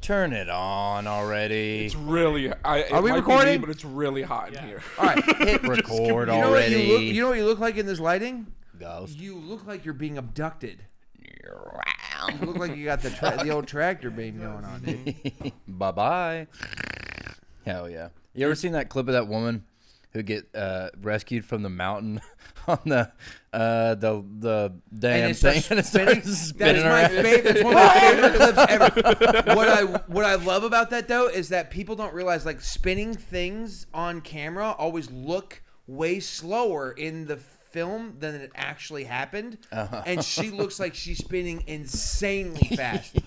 Turn it on already. It's really. I, it Are we might be me, recording? but it's really hot in here. All right. Hit record You know, what you, already. look, you know what you look like in this lighting? Ghost. You look like you're being abducted. You look like you got the tra- the old tractor beam going on, dude. Bye bye. Hell yeah. You ever seen that clip of that woman who get uh, rescued from the mountain on the uh, the the damn it thing starts and it starts That spinning is my around? favorite. It's one of my favorite clips ever. What I what I love about that though is that people don't realize like spinning things on camera always look way slower in the film than it actually happened, Uh-huh. and she looks like she's spinning insanely fast.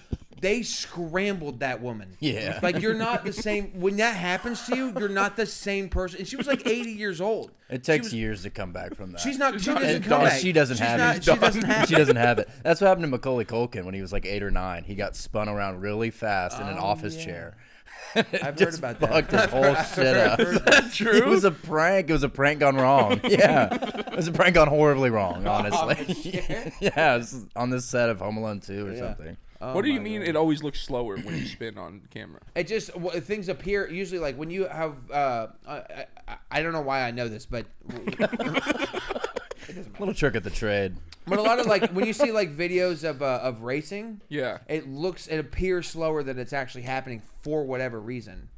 They scrambled that woman. Yeah. Like you're not the same when that happens to you. You're not the same person. And she was like 80 years old. It takes was- years to come back from that. She's not. She doesn't And come back. She doesn't She's have not- it. She doesn't have. She doesn't have it. That's what happened to Macaulay Culkin when he was like eight or nine. He got spun around really fast in an Oh, office chair. I've heard Just about that. fucked his whole shit up. True. It was a prank. It was a prank gone wrong. Yeah, it was a prank gone horribly wrong. Oh, Honestly, yeah, it was on this set of Home Alone Two or something. Oh what do you my mean? God. It always looks slower when you spin on camera. It just w- things appear usually like when you have. Uh, I, I, I don't know why I know this, but Little trick of the trade. but a lot of like when you see like videos of uh, of racing, Yeah. it looks it appears slower than it's actually happening for whatever reason.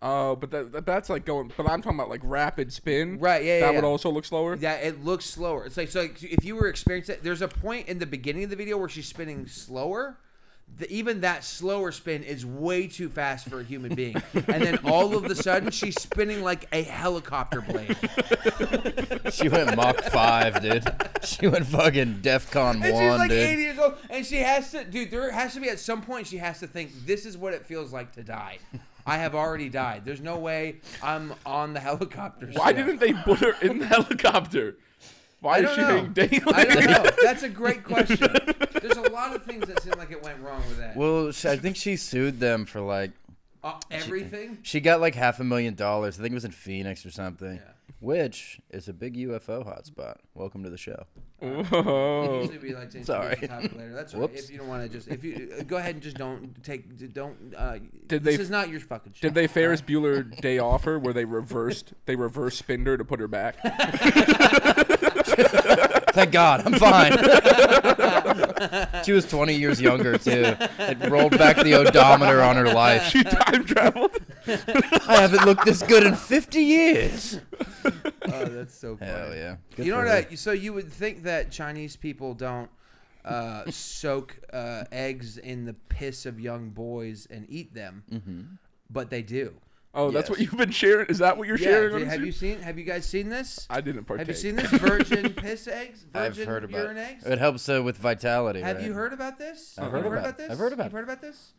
Oh, but that, that that's like going. But I'm talking about like rapid spin. Right, yeah, That yeah, would yeah. also look slower. Yeah, it looks slower. It's like so like, if you were experiencing there's a point in the beginning of the video where she's spinning slower. The, even that slower spin is way too fast for a human being. and then all of the sudden she's spinning like a helicopter blade. She went Mach Five, dude. She went fucking DefCon And One, she's like dude. 80 years old, and she has to, dude. There has to be at some point she has to think this is what it feels like to die. I have already died. There's no way I'm on the helicopter. Why still. didn't they put her in the helicopter? Why I is don't she know. being daily? I don't know. That's a great question. There's a lot of things that seem like it went wrong with that. Well, she, I think she sued them for like Uh, everything. she got like half a million dollars. I think it was in Phoenix or something, which is a big UFO hotspot. Welcome to the show. Whoa. Usually we like to introduce Sorry. the topic later. That's all right. Whoops. If you don't want to just, if you uh, go ahead and just don't take, don't. Uh, Did this they- is not your fucking. Show. Did they Ferris Bueller day off her where they reversed they reversed spinned her to put her back? Thank God, I'm fine. she was 20 years younger too. It rolled back the odometer on her life. She time traveled. I haven't looked this good in 50 years. Oh, that's so funny. Hell yeah. Good you know for what? her. I, so you would think that Chinese people don't uh, soak uh, eggs in the piss of young boys and eat them, Mm-hmm. but they do. Oh, that's what Yes. you've been sharing. Is that what you're Yeah. sharing? dude, on have Zoom? you seen? Have you guys seen this? I didn't partake. Have you seen this virgin piss eggs? I've Virgin heard about urine it. eggs? It helps uh, with vitality. Have right? you heard about this? I've You've heard about it. this. I've heard about You've it. heard about this.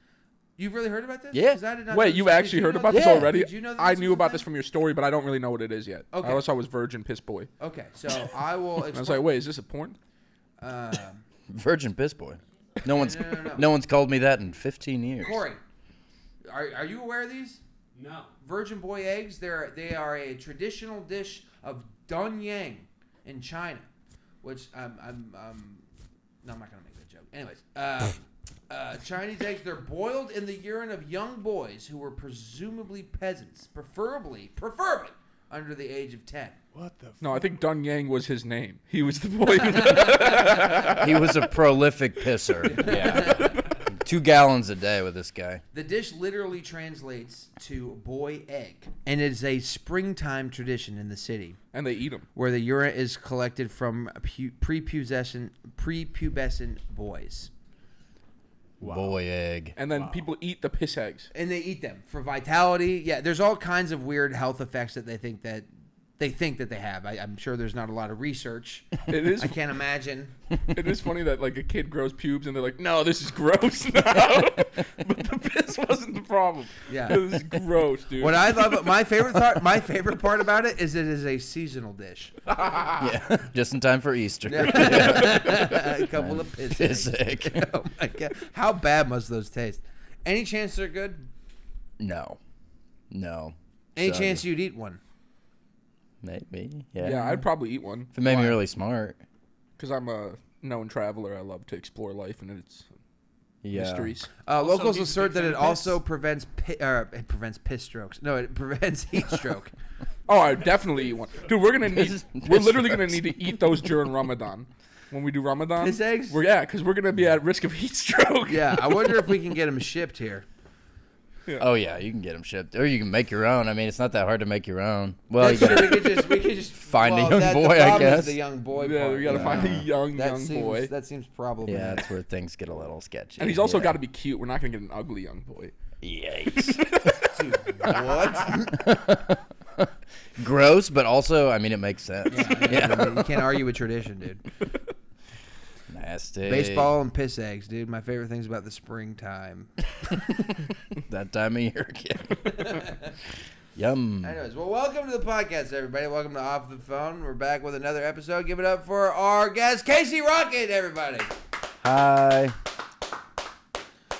You've really heard about this? Yeah. 'Cause I did not know Wait, this. you've Did actually you heard know about this Yeah. already? Did you know that I this knew was a about thing? this from your story, but I don't really know what it is yet. Okay. I also was virgin piss boy. Okay, so I will And I was explain. like, wait, is this a porn? um, Virgin Piss Boy. No one's no, no, no, no. one's called me that in 15 years. Corey, are, are you aware of these? No. Virgin boy eggs, they're, they are a traditional dish of Dunyang in China, which I'm, I'm, um no, I'm not going to make that joke. Anyways, uh, uh, Chinese eggs, they're boiled in the urine of young boys who were presumably peasants, preferably, preferably under the age of 10. What the? F- No, I think Dun Yang was his name. He was the boy. He was a prolific pisser. Yeah. Two gallons a day with this guy. The dish literally translates to boy egg, and it is a springtime tradition in the city. and they eat him. where the urine is collected from pu- prepubescent prepubescent boys, Boy egg. And then people eat the piss eggs. and they eat them for vitality. Yeah, there's all kinds of weird health effects that they think that they think that they have. I, I'm sure there's not a lot of research. It is I can't imagine. it is funny that like a kid grows pubes and they're like, no, this is gross now. but the piss wasn't the problem. Yeah. It was gross, dude. What I love, my favorite thought, my favorite part about it is it is a seasonal dish. Yeah. Just in time for Easter. a couple of piss Piss eggs. egg. Oh my god, how bad must those taste? Any chance they're good? No. No. Any So, chance you'd eat one? Maybe. Yeah. yeah, I'd probably eat one. If it made me really smart. Because I'm a known traveler. I love to explore life, and it's Yeah. mysteries. Uh, locals he's assert big that fan it of also prevents pi- uh, it prevents piss strokes. No, it prevents heat stroke. Oh, I definitely eat one, dude. We're gonna need. This- we're this literally gonna sucks. need to eat those during Ramadan. When we do Ramadan, Piss eggs? We're, yeah, because we're gonna be at risk of heat stroke. yeah, I wonder if we can get them shipped here. Oh yeah, you can get them shipped, or you can make your own. I mean, it's not that hard to make your own. Well, you That's true, gotta, we could just we could just Find a well, young that- the boy, I problem is guess. The young boy. yeah, part. we gotta find a young that young seems, boy. That seems yeah, problematic. that's where things get a little sketchy. And he's also yeah. got to be cute. We're not gonna get an ugly young boy. Yikes. what? Gross, but also, I mean, it makes sense. Yeah, Yeah. you can't argue with tradition, dude. Nasty. Baseball and piss eggs, dude. My favorite things about the springtime. That time of year again. Yum. Anyways, well, welcome to the podcast, everybody. Welcome to Off the Phone. We're back with another episode. Give it up for our guest, Casey Rocket, everybody. Hi.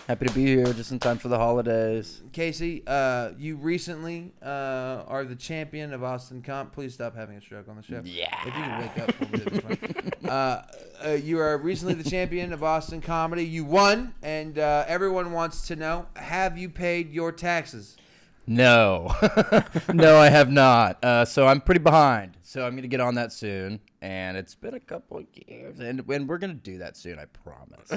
Happy to be here just in time for the holidays. Casey, uh, you recently uh, are the champion of Austin Comp. Please stop having a stroke on the show. Yeah. If you can wake up for me, that'd be fine. uh, uh, you are recently the champion of Austin Comedy. You won, and uh, everyone wants to know have you paid your taxes? No. no, I have not. Uh, so I'm pretty behind. So I'm going to get on that soon. And it's been a couple of years. And, and we're going to do that soon, I promise.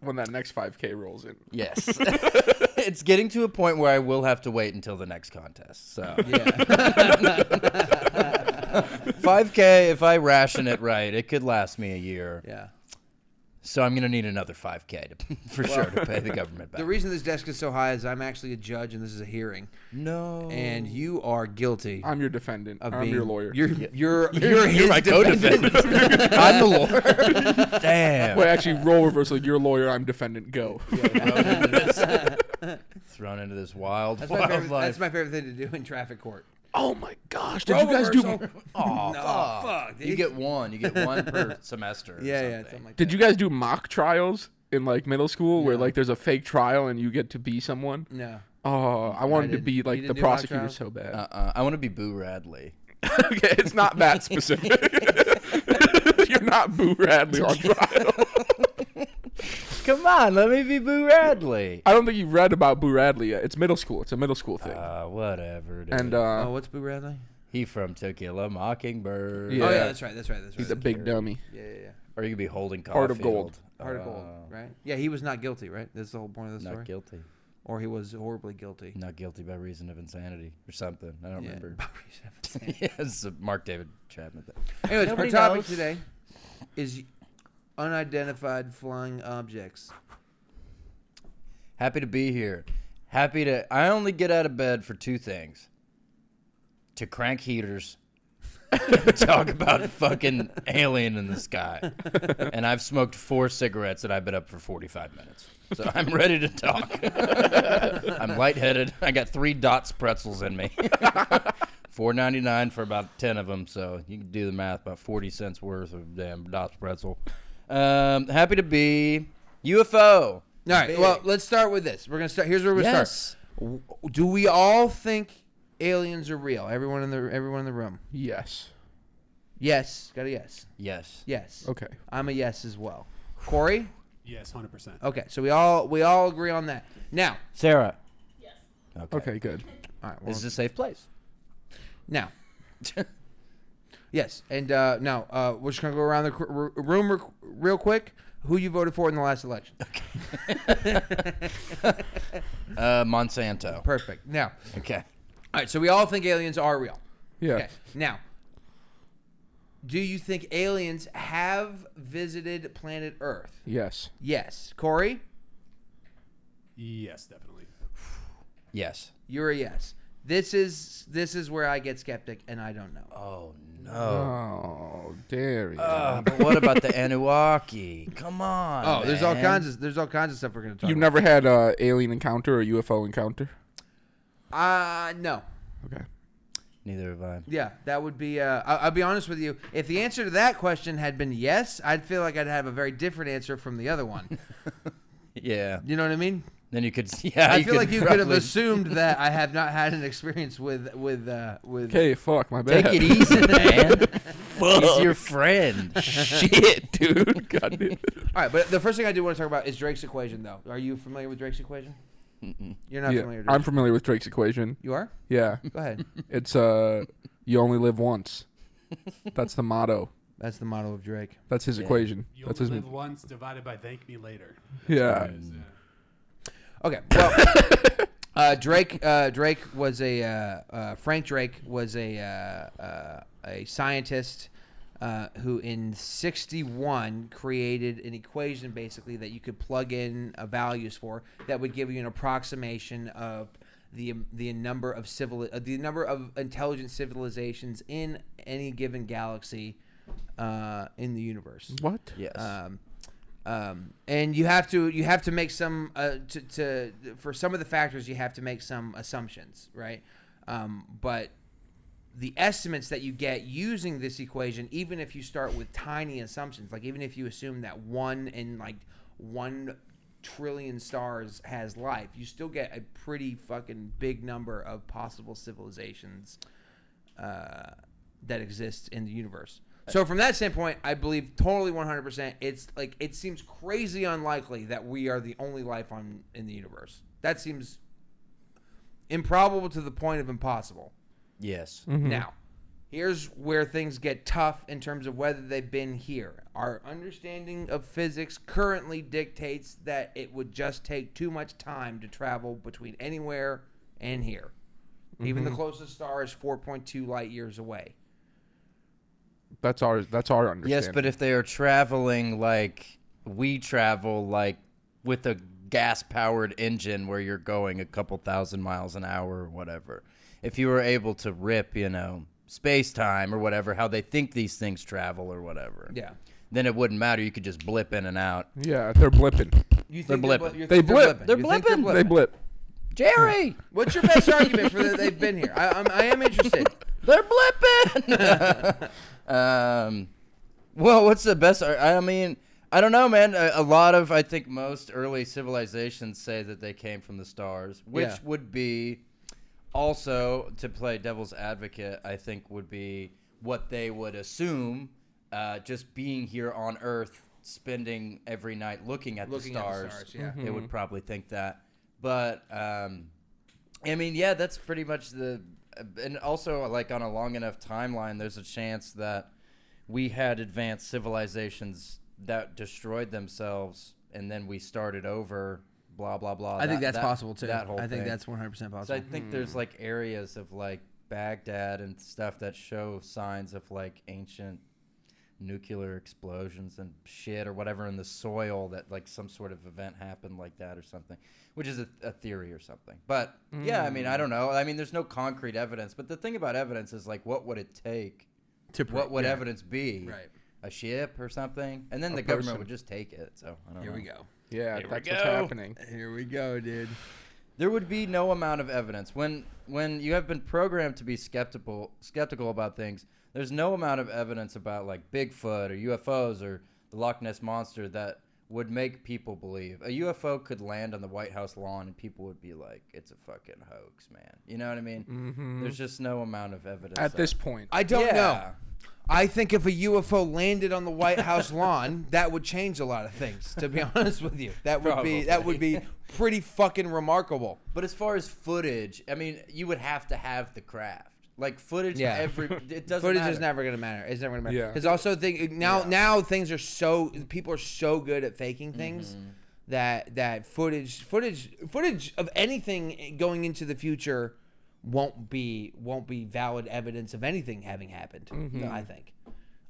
when that next 5K rolls in. Yes. it's getting to a point where I will have to wait until the next contest. So. Yeah. 5K, if I ration it right, it could last me a year. yeah. So I'm going to need another 5K to, for sure to pay the government back. The reason this desk is so high is I'm actually a judge, and this is a hearing, no. and you are guilty. Oh. I'm your defendant. Of I'm being, your lawyer. You're you're You're you're, his my defendant. co-defendant. I'm the lord. Damn. Wait, actually, role reversal. You're lawyer. I'm defendant. Go. Thrown into this- Thrown into this wild That's my, favorite, that's wildlife. my favorite thing to do in traffic court. oh my gosh! Did you guys Role do? reversal. Aw, No, fuck, Oh, You dude. get one. You get one per semester. Or Yeah, yeah, something. something like Did that. you guys do mock trials in like middle school where like there's a fake trial and you get to be someone? No. Oh, I wanted to didn't. be You like didn't the do mock prosecutor trials? so bad. Uh-uh. I want to be Boo Radley. okay, it's not that specific. You're not Boo Radley on trial. Come on, let me be Boo Radley. I don't think you've read about Boo Radley yet. It's middle school. It's a middle school thing. Uh, whatever. Dude. and Oh, uh, what's Boo Radley? he from To Kill a Mockingbird. Yeah. Oh yeah, that's right, that's right, that's right. he's a big dummy. yeah, yeah, yeah. Or you could be holding Caulfield. Heart of gold. Heart of gold, Uh, right? Yeah, he was not guilty, right? That's the whole point of the Not story. guilty. or he was horribly guilty. Not guilty by reason of insanity or something. I don't Yeah. remember. Anyways, yeah, it's a Mark David Chapman. Thing. our Nobody topic knows. today is unidentified flying objects. Happy to be here. Happy to. I only get out of bed for two things: to crank heaters, and talk about a fucking alien in the sky. And I've smoked four cigarettes, and I've been up for forty-five minutes. So I'm ready to talk. I'm lightheaded. I got three dots pretzels in me. Four ninety nine for about ten of them, so you can do the math. About forty cents worth of damn dots pretzel. Um, happy to be UFO. All right, Big. well, let's start with this. We're gonna start. Here's where we start. Yes. W- Do we all think aliens are real? Everyone in the everyone in the room. Yes. Yes, got a yes. Yes. Yes. Okay. I'm a yes as well. Corey. Yes, hundred percent. Okay, so we all we all agree on that. Now, Sarah. Yes. Okay. Okay. Good. all right, well, This is a safe place. now, yes, and uh, now uh, we're just gonna go around the cr- r- room r- real quick. Who you voted for in the last election? uh, Monsanto. Perfect. Now, Okay. all right, so we all think aliens are real. Yeah. Okay. Now, do you think aliens have visited planet Earth? Yes. Yes, Corey, Yes, definitely. Yes. you're a yes. This is this is where I get skeptic, and I don't know. Oh no. Oh, dare you. Uh, but what about the Anunnaki? Come on. Oh, there's all man. kinds of there's all kinds of stuff we're gonna talk. You've about. never had a alien encounter or UFO encounter? Uh no. Okay. Neither have I. Yeah, that would be. Uh, I- I'll be honest with you. If the answer to that question had been yes, I'd feel like I'd have a very different answer from the other one. Yeah. You know what I mean? Then you could, yeah. I feel like you could have probably assumed that I have not had an experience with with uh, with. Okay, fuck, my bad. Take it easy, man. He's your friend. Shit, dude. God damn it. All right, but the first thing I do want to talk about is Drake's equation, though. Are you familiar with Drake's equation? You're not Yeah, familiar. With I'm familiar with Drake's equation. you are. Yeah. Go ahead. It's uh you only live once. That's the motto. That's the model of Drake. That's his equation. You That's his only live once divided by thank me later. uh, Yeah. Okay. Well, uh, Drake uh, Drake was a uh, uh, Frank Drake was a uh, uh, a scientist uh, who in '61 created an equation basically that you could plug in uh, values for that would give you an approximation of the the number of civil uh, the number of intelligent civilizations in any given galaxy uh, in the universe. What? Yes. Um, um, and you have to you have to make some uh, to, to for some of the factors you have to make some assumptions, right? Um, but the estimates that you get using this equation, even if you start with tiny assumptions, like even if you assume that one in like one trillion stars has life, you still get a pretty fucking big number of possible civilizations uh, that exist in the universe. So from that standpoint, I believe totally 100%. It's like it seems crazy unlikely that we are the only life on in the universe. That seems improbable to the point of impossible. yes. Now, here's where things get tough in terms of whether they've been here. Our understanding of physics currently dictates that it would just take too much time to travel between anywhere and here. Even Mm-hmm. the closest star is 4.2 light years away. That's our that's our understanding. Yes, but if they are traveling like we travel, like with a gas powered engine where you're going a couple thousand miles an hour or whatever, if you were able to rip, you know, space time or whatever, how they think these things travel or whatever, Yeah. then it wouldn't matter. You could just blip in and out. Yeah, they're blipping. You They're bli- blipping. you They think blip. They're You think blipping. They blip. Jerry, What's your best argument for that they've been here? I, I'm, I am interested. they're blipping. um, well, what's the best? I I mean, I don't know, man. A, a lot of, I think, most early civilizations say that they came from the stars, which Yeah. would be also to play devil's advocate. I think would be what they would assume, uh, just being here on Earth, spending every night looking at Looking the at the stars. stars, yeah. they would probably think that, but. Um, I mean, yeah, that's pretty much the. And also, like on a long enough timeline, there's a chance that we had advanced civilizations that destroyed themselves, and then we started over. Blah blah blah. I think that- that's that- possible too. That whole I think thing. that's 100 percent So I possible. think there's like areas of like Baghdad and stuff that show signs of like ancient nuclear explosions and shit or whatever in the soil that like some sort of event happened like that or something, which is a, a theory or something. But yeah, I mean, I Hmm. don't know. I mean, there's no concrete evidence. But the thing about evidence is like, what would it take? To what prove- would yeah. evidence be? Right. A ship or something, and then the government person. would just take it. So I don't Here know. we go. Yeah, we that's what's go. happening. Here we go, dude. There would be no amount of evidence when when you have been programmed to be skeptical skeptical about things. There's no amount of evidence about like Bigfoot or UFOs or the Loch Ness monster that would make people believe a UFO could land on the White House lawn and people would be like, "It's a fucking hoax, man." You know what I mean? Mm-hmm. There's just no amount of evidence At that- this point. I don't Yeah. know. I think if a UFO landed on the White House lawn, that would change a lot of things. To be honest with you, that would be that would be pretty fucking remarkable. But as far as footage, I mean, you would have to have the craft. Like footage, Yeah. every it doesn't Footage matter. is never gonna matter. It's never gonna matter. Yeah. Because also, think now now things are so people are so good at faking things that that footage footage footage of anything going into the future won't be won't be valid evidence of anything having happened. I think.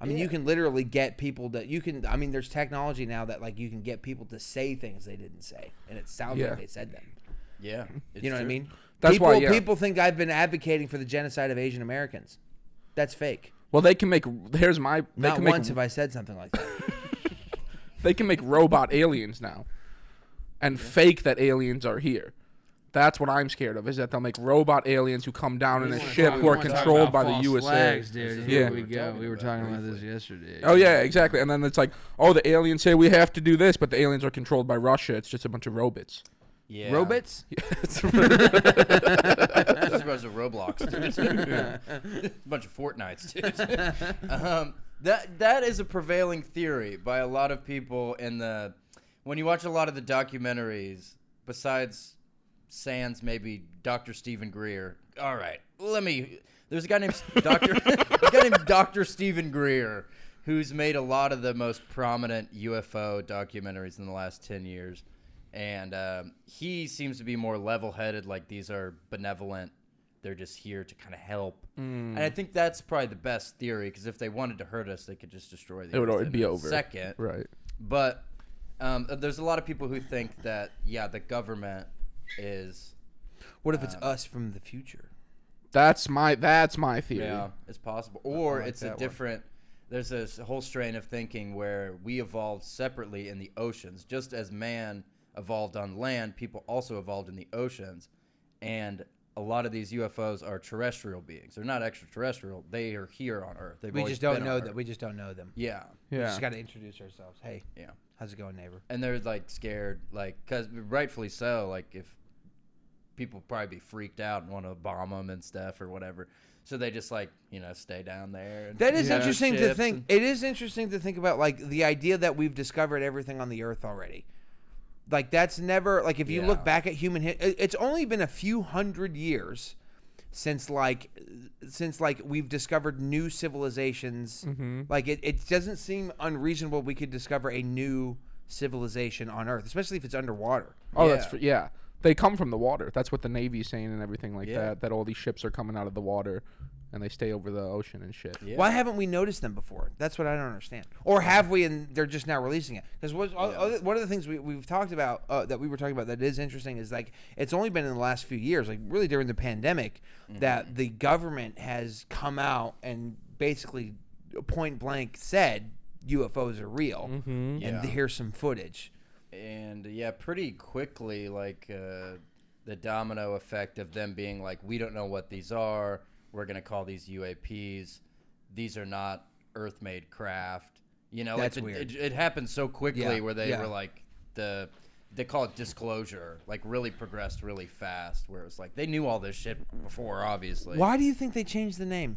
I mean, you Yeah. can literally get people to you can. I mean, there's technology now that like you can get people to say things they didn't say, and it sounds Yeah. like they said them. yeah, it's You know what I true. mean? That's people, why, yeah. people think I've been advocating for the genocide of Asian Americans. That's fake. Well, they can make here's my they Not can make once have I said something like that. they can make robot aliens now and fake that aliens are here. That's what I'm scared of is that they'll make robot aliens who come down in a wanna ship talk- who we are wanna talk controlled by the USA. dude. Here Yeah. we go. We were talking about this yesterday. Oh yeah, exactly. And then it's like, oh, the aliens say we have to do this, but the aliens are controlled by Russia. It's just a bunch of robots. Yeah. Robots? It's- This is a bunch of Roblox, dude. a bunch of Fortnites, dude. um, that that is a prevailing theory by a lot of people in the. When you watch a lot of the documentaries, besides Sans, maybe Doctor Stephen Greer. All right, let me. There's a guy named Doctor. a guy named Doctor Stephen Greer. Who's made a lot of the most prominent UFO documentaries in the last 10 years and um, he seems to be more level-headed. Like these are benevolent; they're just here to kind of help. Hmm. And I think that's probably the best theory because if they wanted to hurt us, they could just destroy the. It would Earth already in be a over. Second, right. but um, there's a lot of people who think that yeah, the government is What if it's us from the future? That's my that's my theory. yeah, it's possible, or like it's that a one. different. There's this whole strain of thinking where we evolved separately in the oceans, just as man evolved on land. People also evolved in the oceans, and a lot of these UFOs are terrestrial beings. They're not extraterrestrial. They are here on Earth. They've We always just been don't on know Earth. that. We just don't know them. Yeah, We Yeah. just got to introduce ourselves. Hey, yeah. how's it going, neighbor? and they're like scared like because rightfully so like if people probably be freaked out and want to bomb them and stuff or whatever so they just like you know stay down there and That is Yeah. interesting to Ships think. and- it is interesting to think about, like the idea that we've discovered everything on the Earth already. Like that's never like if you Yeah. look back at human history, it's only been a few hundred years since like since like we've discovered new civilizations. Like it, it doesn't seem unreasonable we could discover a new civilization on Earth, especially if it's underwater. Oh, that's Yeah. for, yeah. They come from the water. That's what the navy's saying and everything like Yeah. that. That all these ships are coming out of the water, and they stay over the ocean and shit. Yeah. Why haven't we noticed them before? That's what I don't understand. Or have we, and they're just now releasing it? Because one of the things we, we've talked about uh, that we were talking about that is interesting is like it's only been in the last few years, like really during the pandemic, Mm-hmm. that the government has come out and basically point blank said UFOs are real, and Mm-hmm. Yeah. here's some footage. and yeah pretty quickly like uh, the domino effect of them being like we don't know what these are we're going to call these uaps these are not earth-made craft you know That's like the- weird. It, it happened so quickly Yeah, where they yeah. were like the they call it disclosure like really progressed really fast where it was like they knew all this shit before obviously Why do you think they changed the name?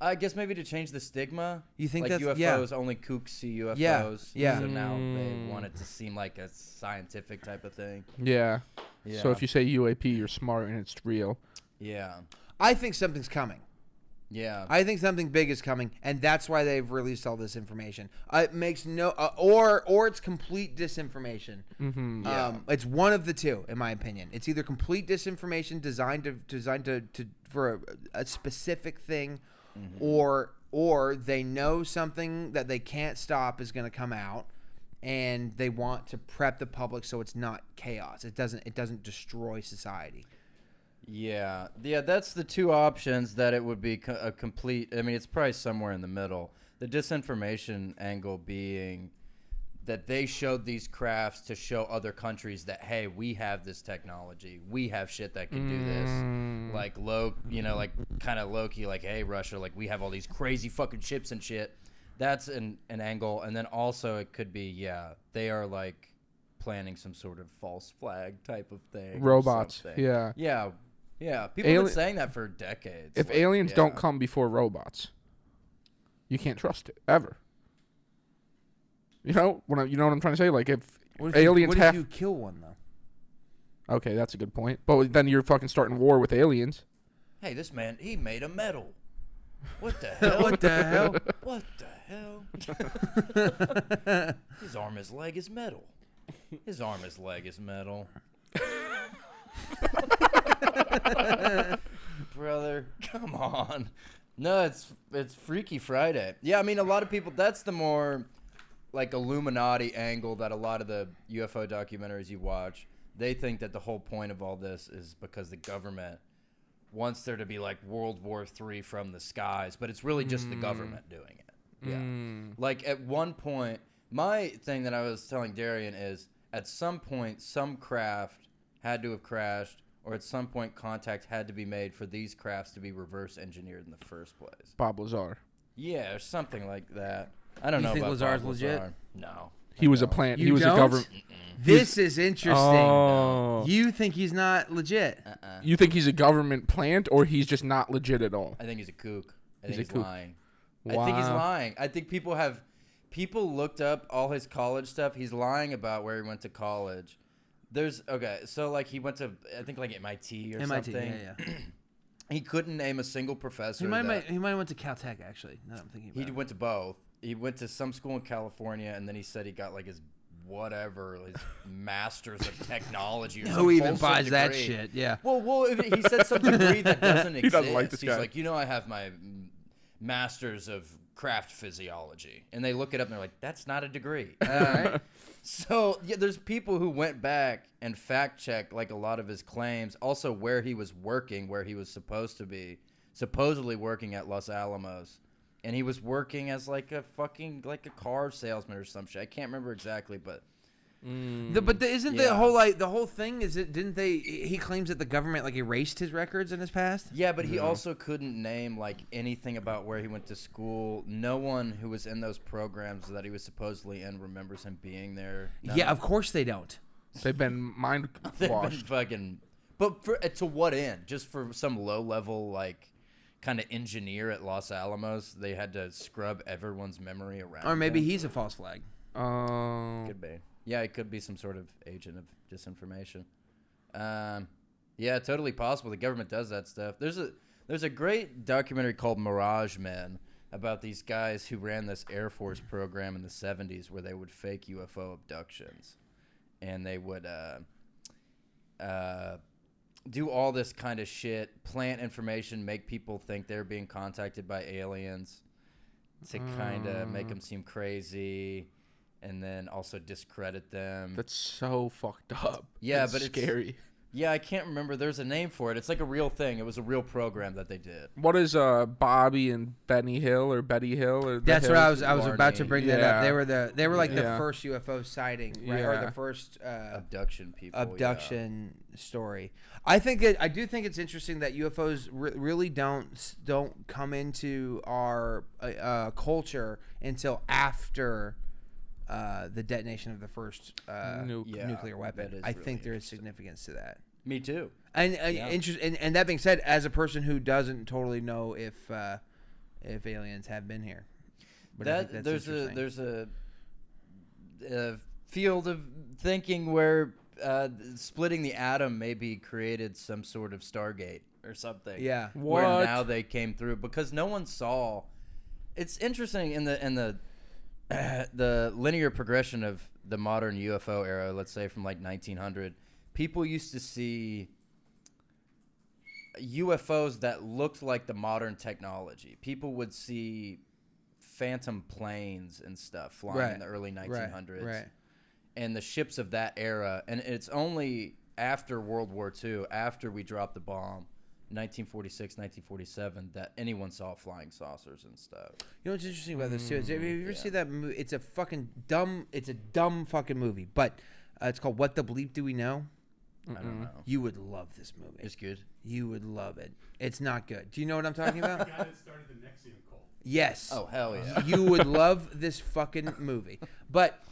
i guess maybe to change the stigma You think like that's- ufos yeah. only kooks see ufos yeah. so now they want it to seem like a scientific type of thing Yeah. So Yeah. if you say UAP, you're smart and it's real. yeah I think something's coming. Yeah. I think something big is coming, and that's why they've released all this information. Uh, it makes no, uh, or or it's complete disinformation. Mm-hmm. Um, it's one of the two, in my opinion. It's either complete disinformation designed to designed to, to for a, a specific thing, or or they know something that they can't stop is going to come out, and they want to prep the public so it's not chaos. It doesn't it doesn't destroy society. yeah. Yeah, that's the two options that it would be co- a complete I mean, it's probably somewhere in the middle. The disinformation angle being that they showed these crafts to show other countries that hey, we have this technology. We have shit that can do Mm. this. Like low, you know, like kind of low key like hey, Russia, like we have all these crazy fucking ships and shit. That's an an angle and then also it could be yeah, they are like planning some sort of false flag type of thing. or Robots. something. Yeah. Yeah, yeah. People have Ali- been saying that for decades. If Like, aliens yeah. don't come before robots, you can't trust it ever. You know what I, you know what I'm trying to say? Like if, What if you- aliens what have if you kill one though? Okay, that's a good point. But then you're fucking starting war with aliens. hey, this man, he made a medal. What the hell? What the hell? What the hell? His arm, his leg is metal. His arm, his leg is metal. Brother, come on. No, it's it's Freaky Friday. Yeah, I mean a lot of people that's the more like Illuminati angle that a lot of the UFO documentaries you watch, they think that the whole point of all this is because the government wants there to be like World War Three from the skies, but it's really Mm. just the government doing it. Yeah. Like at one point, my thing that I was telling Darian is at some point some craft had to have crashed, or at some point contact had to be made for these crafts to be reverse engineered in the first place. Bob Lazar. Yeah, or something like that. I don't You know. think about Lazar's Bob legit? Lazar. No. He was a plant. He You was don't? a government. This is interesting. Oh. You think he's not legit? Uh, You think he's a government plant or he's just not legit at all? I think he's a kook. I He's think a he's kook. lying. I think he's Wow. lying. I think people have people looked up all his college stuff. He's lying about where he went to college. There's okay, so like he went to I think like MIT or MIT. something. Yeah, yeah. He couldn't name a single professor. He might, that- might, he might have went to Caltech actually. Now that I'm thinking about He it. went to both. He went to some school in California, and then he said he got like his whatever, his master's of technology. Or some Who even wholesome buys that degree. shit? Yeah. Well, well, if he said some degree that doesn't He exist. doesn't like this He's guy. like, you know, I have my mm, master's of craft physiology, and they look it up and they're like, that's not a degree. All right. so yeah, there's people who went back and fact checked like a lot of his claims, also where he was working, where he was supposed to be, supposedly working at Los Alamos. And he was working as like a fucking like a car salesman or some shit. I can't remember exactly, but The, but the, isn't the Yeah. whole like the whole thing is it didn't they he claims that the government like erased his records in his past? Yeah, but he also couldn't name like anything about where he went to school. No one who was in those programs that he was supposedly in remembers him being there. None Yeah, of of course they don't. They've been mind them washed. fucking. But for, uh, to what end? Just for some low level like kind of engineer at Los Alamos, they had to scrub everyone's memory around. Or maybe him? he's a false flag. Oh. could be. Yeah, it could be some sort of agent of disinformation. Um, yeah, totally possible. The government does that stuff. There's a there's a great documentary called Mirage Men about these guys who ran this Air Force program in the 70s where they would fake UFO abductions, and they would. Uh, uh, do all this kind of shit, plant information, make people think they're being contacted by aliens to kind of 'em make them seem crazy and then also discredit them. That's so fucked up. Yeah, That's but it's- scary. yeah, I can't remember. There's a name for it. It's like a real thing. It was a real program that they did. What is uh Bobby and Benny Hill or Betty Hill or the That's what I Hills? was I was about to Barney. bring that up. They Yeah. were the they were like the Yeah. first UFO sighting, right? Or Yeah. the first uh, Abduction people. yeah. abduction story. I think it, I do think it's interesting that UFOs re- really don't s- don't come into our uh, uh, culture until after uh, the detonation of the first uh, Nuke. Yeah, nuclear that weapon. is I really think there is significance to that. Me too. And and, Yeah. interest, and and that being said, as a person who doesn't totally know if uh, if aliens have been here, but I think that that's there's a interesting. there's a, a field of thinking where uh, splitting the atom maybe created some sort of Stargate or something. Yeah. Where What? now they came through because no one saw. It's interesting in the in the the linear progression of the modern UFO era, let's say from like 1900, people used to see UFOs that looked like the modern technology. People would see phantom planes and stuff flying in Right, the early right, 1900s right. and the ships of that era. And it's only after World War II, after we dropped the bomb. 1946, 1947, that anyone saw flying saucers and stuff. You know what's interesting about this too? Is have Mm, you ever see that movie? It's a fucking dumb. It's a dumb fucking movie, but uh, it's called What the Bleep Do We Know? I don't know. You would love this movie. It's good. you would love it. It's not good. Do you know what I'm talking about? guy that started the Nexium cult. yes. Oh hell yeah! you would love this fucking movie. But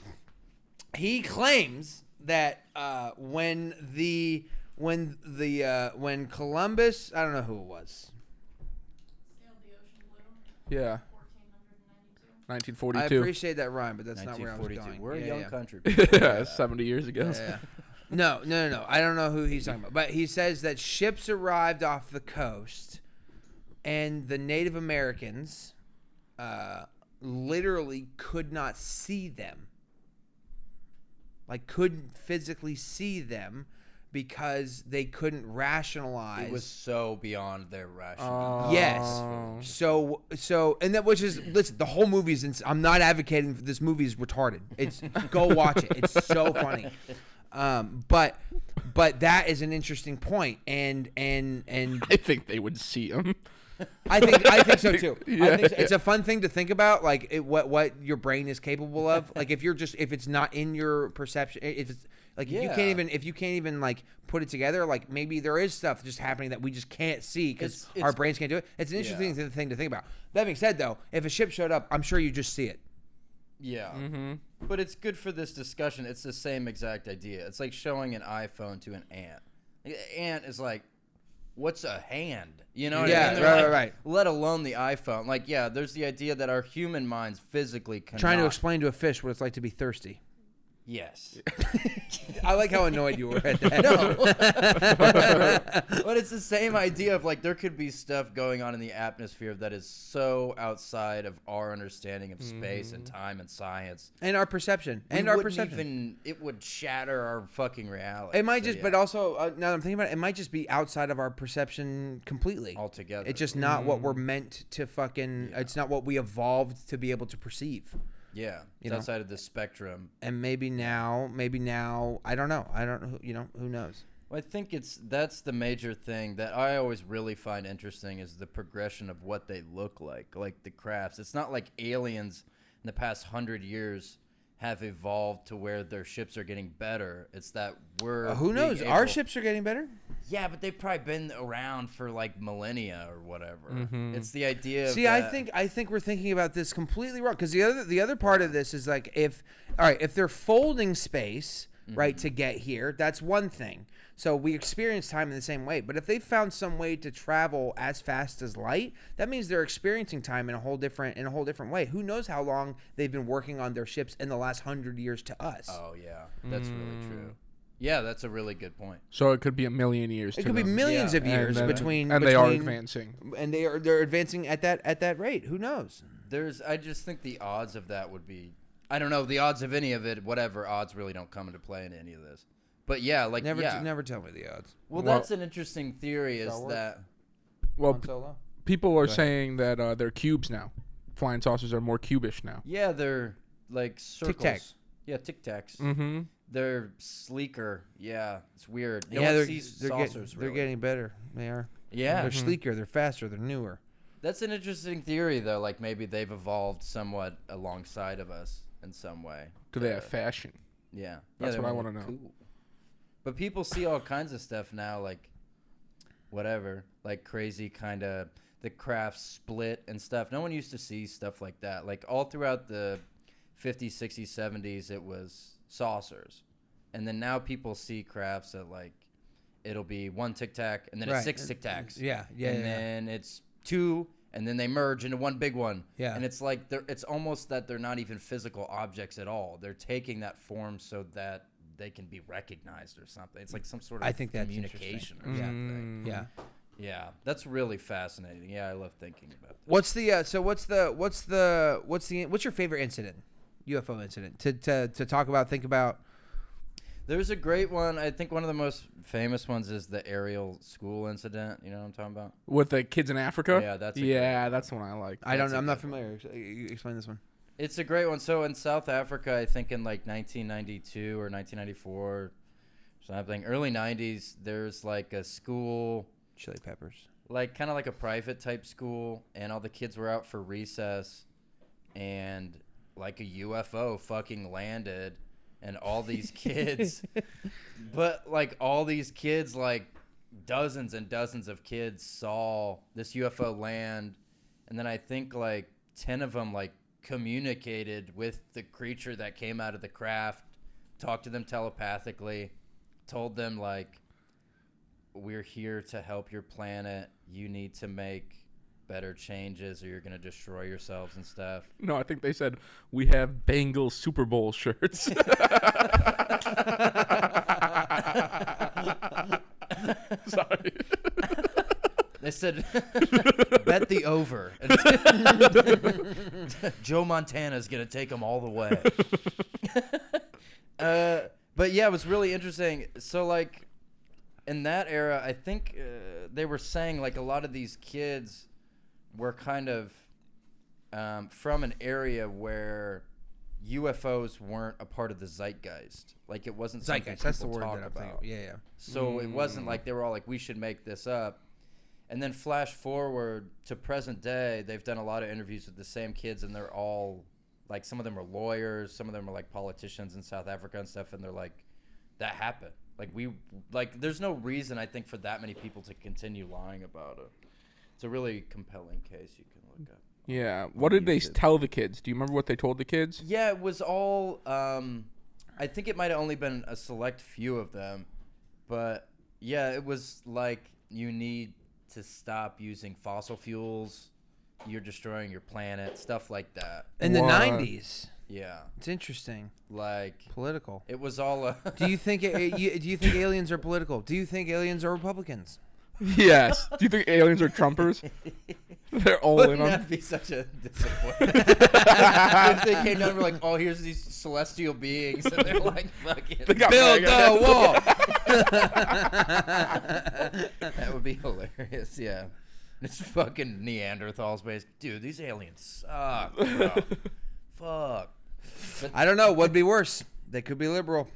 he claims that uh, when the when the uh, when Columbus, I don't know who it was. Sailed the ocean blue, Yeah. 1492. 1942. I appreciate that rhyme, but that's not where I was 1942. going. We're Yeah, a young yeah. country. yeah, 70 years ago. Yeah. No, no, no, no. I don't know who he's talking about, but he says that ships arrived off the coast, and the Native Americans, uh, literally could not see them. Like, couldn't physically see them because they couldn't rationalize. It was so beyond their Uh, rationale. Oh. Yes. So so and that which is listen the whole movie is ins- I'm not advocating for this movie is retarded. It's go watch it. It's so funny. Um, but but that is an interesting point and and and I think they would see him. I think I think so too. I Yeah, think so. It's a fun thing to think about like it, what what your brain is capable of. Like if you're just if it's not in your perception if it's like if you Yeah. can't even if you can't even like put it together like maybe there is stuff just happening that we just can't see because It's- it's- our brains can't do it. It's an interesting Yeah. thing to think about. That being said, though, if a ship showed up, I'm sure you just see it. Yeah. Mm-hmm. But it's good for this discussion. It's the same exact idea. It's like showing an iPhone to an ant. An ant is like, what's a hand? You know what Yeah, I mean? right, like, right, right. Let alone the iPhone. Like, yeah, there's the idea that our human minds physically cannot. Trying to explain to a fish what it's like to be thirsty. Yes. I like how annoyed you were at that. no. but it's the same idea of like there could be stuff going on in the atmosphere that is so outside of our understanding of space and time and science. and our perception. We And our wouldn't perception. even- it would shatter our fucking reality. It might So, just, yeah, but also uh, now that I'm thinking about it, it might just be outside of our perception completely. altogether, It's just not what we're meant to fucking. It's not what we evolved to be able to perceive. yeah, you it's know? outside of the spectrum. And maybe now, maybe now, I don't know. I don't. who- You know, who knows? Well, I think it's that's the major thing that I always really find interesting is the progression of what they look like, like the crafts. It's not like aliens in the past hundred years have evolved to where their ships are getting better. It's that we're Uh, who being knows? Our able- ships are getting better. yeah, but they've probably been around for like millennia or whatever. It's the idea. of Mm-hmm. See, I that- think I think we're thinking about this completely wrong because the other the other part of this is like if all right if they're folding space right Mm-hmm. to get here that's one thing. So we experience time in the same way, but if they found some way to travel as fast as light, that means they're experiencing time in a whole different in a whole different way. Who knows how long they've been working on their ships in the last hundred years to us? Oh yeah, that's Mm. really true. Yeah, that's a really good point. So it could be a million years. it to could be them. millions Yeah. of And years then- between and they are between- advancing. and they are they're advancing at that at that rate. Who knows? There's, I just think the odds of that would be, I don't know, the odds of any of it, whatever odds really don't come into play in any of this. But yeah, like Never yeah. never tell me the odds. Well, Well- that's an interesting theory. Is Star Wars? that Well, Han p- Solo. people are saying that uh, they're cubes now. Flying saucers are more cubish now. yeah, they're like circles. Tic-tac. Mm. Yeah, tic tacs. Mm-hmm. They're sleeker. Yeah, it's weird. No yeah, one they're, sees they're, get- saucers, they're really. getting better. They are. yeah. They're sleeker. They're faster. They're newer. That's an interesting theory, though. Like maybe they've evolved somewhat alongside of us in some way. Do they have Uh, fashion? Yeah, That's yeah, what I want wanna know. Cool. But people see all kinds of stuff now, like whatever, like crazy kind of the craft split and stuff. No one used to see stuff like that. Like all throughout the 50s, 60s, 70s, it was saucers, and then now people see crafts that like it'll be one tic tac, and then Right. it's six tic tacs, Yeah, yeah, and yeah. then it's two. And then they merge into one big one. Yeah. And it's like they're it's almost that they're not even physical objects at all. They're taking that form so that they can be recognized or something. It's like some sort of I think that's communication or interesting. Mm. Yeah. something. Yeah. Yeah. That's really fascinating. Yeah, I love thinking about that. What's the uh, so? What's the what's the what's the what's your favorite incident? UFO incident to to to talk about, think about. There's a great one. I think one of the most famous ones is the aerial school incident. You know what I'm talking about? With the kids in Africa? Yeah, that's a good yeah, that's the one I like. I don't. That's a know. I'm not good familiar. Ex- you Explain this one. It's a great one. So in South Africa, I think in like 1992 or 1994 or something, early 90s, there's like a school Chili peppers. like kind of like a private type school and all the kids were out for recess and like a UFO fucking landed and all these kids but like all these kids like dozens and dozens of kids saw this UFO land and then I think like 10 of them like communicated with the creature that came out of the craft talked to them telepathically told them like we're here to help your planet. You need to make better changes or you're going to destroy yourselves and stuff. No, I think they said we have Bengal Super Bowl shirts. Sorry. They said, bet the over. Joe Montana's going to take them all the way. uh, but yeah, it was really interesting. So, like, in that era, I think uh, they were saying, like, a lot of these kids were kind of um, from an area where UFOs weren't a part of the zeitgeist. Like, it wasn't something Zeitgeist. That's the people word that talk I'm thinking. about. Yeah, yeah. So it wasn't like they were all like, we should make this up. And then flash forward to present day, they've done a lot of interviews with the same kids, and they're all like, some of them are lawyers, some of them are like politicians in South Africa and stuff, and they're like, that happened. Like, we, like, there's no reason, I think, for that many people to continue lying about it. It's a really compelling case you can look up. Yeah. What did they s- tell the kids? Do you remember what they told the kids? Yeah, it was all. Um, I think it might have only been a select few of them, but yeah, it was like you need to stop using fossil fuels. You're destroying your planet, stuff like that. in the What? nineties. Yeah, It's interesting. like Political. it was all. A Do you think it, it- you, do you think aliens are political? Do you think aliens are Republicans? yes. Do you think aliens are Trumpers? They're all Wouldn't in on. that be such a disappointment? if they came down and were like, "Oh, here's these celestial beings," and they're like, "Fucking They got build mega- the wall." that would be hilarious. Yeah, it's fucking Neanderthals, base. Dude, these aliens suck. Bro. Fuck. But I don't know. What'd be worse? They could be liberal.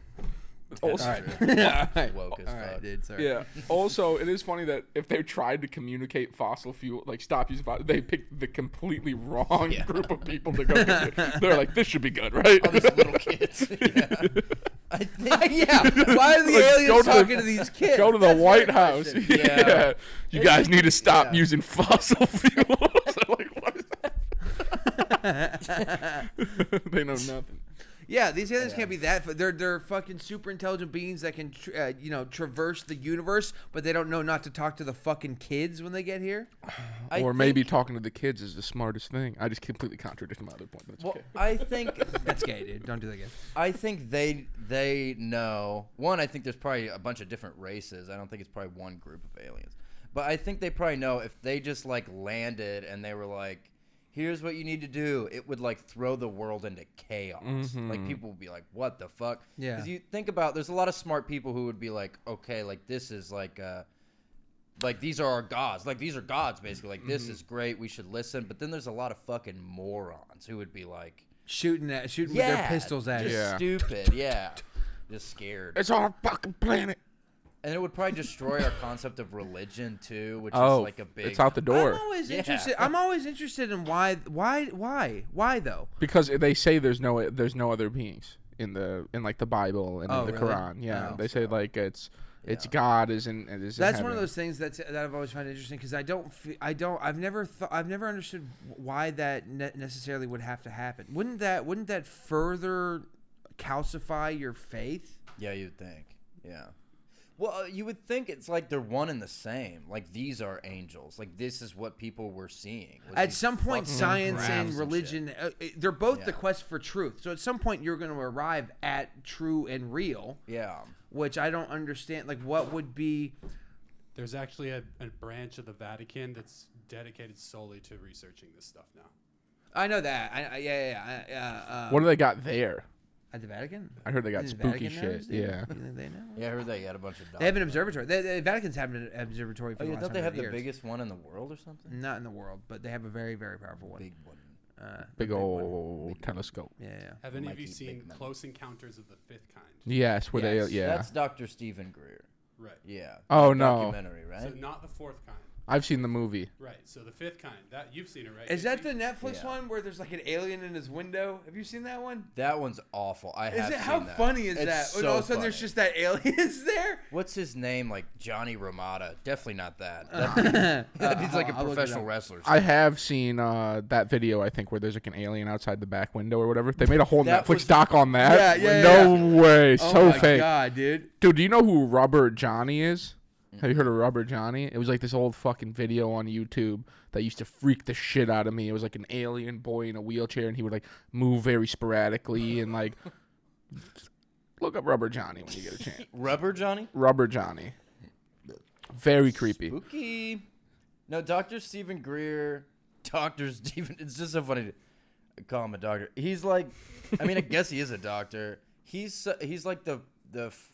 All All right. yeah. woke as All right, fuck. dude. Sorry. Yeah. Also, it is funny that if they tried to communicate fossil fuel, like stop using fossil, they picked the completely wrong Yeah. group of people to go. get it. They're like, this should be good, right? All these little kids. Yeah. I think. yeah. Why are the Like, go aliens to the- talking to these kids? Go to the That's my White House. question. Yeah. Yeah. You It's guys just- need to stop yeah. using fossil fuels. I'm like, what is that? they know nothing. Yeah, these aliens Yeah. can't be that. f- They're they're fucking super intelligent beings that can tr- uh, you know traverse the universe, but they don't know not to talk to the fucking kids when they get here. I or maybe think- talking to the kids is the smartest thing. I just completely contradicted my other point. But it's Well, okay. I think That's gay, dude. Don't do that again. I think they they know one. I think there's probably a bunch of different races. I don't think it's probably one group of aliens, but I think they probably know if they just like landed and they were like, "Here's what you need to do," it would like throw the world into chaos. Like people would be like, "What the fuck?" Yeah. Because you think about there's a lot of smart people who would be like, "Okay, like this is like uh." Like these are our gods. Like these are gods, basically. Like this is great. We should listen. But then there's a lot of fucking morons who would be like, Shooting at shooting with their pistols at just you. Yeah. stupid. Yeah, just scared. it's our fucking planet. And it would probably destroy our concept of religion too, which oh, is like a big. it's out the door I'm always Yeah. interested. I'm always interested in why, why, why, why though? because they say there's no there's no other beings in the in like the Bible and Oh, in the really? Quran. Yeah, Oh, they say like it's it's God is in is in That's one of heaven. those things that's that I've always found interesting because I don't, fe- I don't, I've never thought, I've never understood why that ne- necessarily would have to happen. Wouldn't that, wouldn't that further calcify your faith? Yeah, you'd think. Yeah. Well, uh, you would think it's like they're one and the same. Like these are angels. Like this is what people were seeing. was At these some point, fucking science crabs and shit. religion, uh, uh, they're both the Yeah. quest for truth. So at some point, you're going to arrive at true and real, Yeah. which I don't understand. Like, what would be? There's actually a, a branch of the Vatican that's dedicated solely to researching this stuff now. I know that. I, I yeah, yeah. yeah I, uh, uh, What do they got there? at the Vatican? I heard they got Is the spooky Vatican knows, shit. dude? Yeah. You think they know? Yeah, I heard they had a bunch of. They have an dogs. observatory. The, the Vatican's had an observatory for Oh, the you last thought they 100 have the years. biggest one in the world or something? Not in the world, but they have a very, very powerful one. Big one. Uh, Big one. old telescope. Yeah, yeah. Have any of Mikey you seen Bigman. Close Encounters of the Fifth Kind? Yes, where Yes, they yeah. That's Dr. Stephen Greer. Right. Yeah. Oh, The no. Documentary, right? So not the fourth kind. I've seen the movie. Right. So the fifth kind. That you've seen it, right? Is that the Netflix Yeah. one where there's like an alien in his window? Have you seen that one? That one's awful. I Is have it how seen that. funny is It's that? So when all of a sudden funny. there's just that aliens there. what's his name? Like Johnny Ramada? Definitely not that. Uh, that dude's like a I'll- I'll look it professional up. wrestler. I have seen uh, that video. I think where there's like an alien outside the back window or whatever. They made a whole That Netflix was- doc on that. Yeah, yeah, No way. Oh so my fake. god, dude! Dude, do you know who Rubber Johnny is? Have you heard of Rubber Johnny? It was like this old fucking video on YouTube that used to freak the shit out of me. It was like an alien boy in a wheelchair, and he would like move very sporadically and like look up Rubber Johnny when you get a chance. Rubber Johnny? Rubber Johnny, very creepy. Spooky. No, Dr. Stephen Greer. Dr. Stephen. It's just so funny to call him a doctor. He's like, I mean, I guess he is a doctor. He's uh, he's like the the f-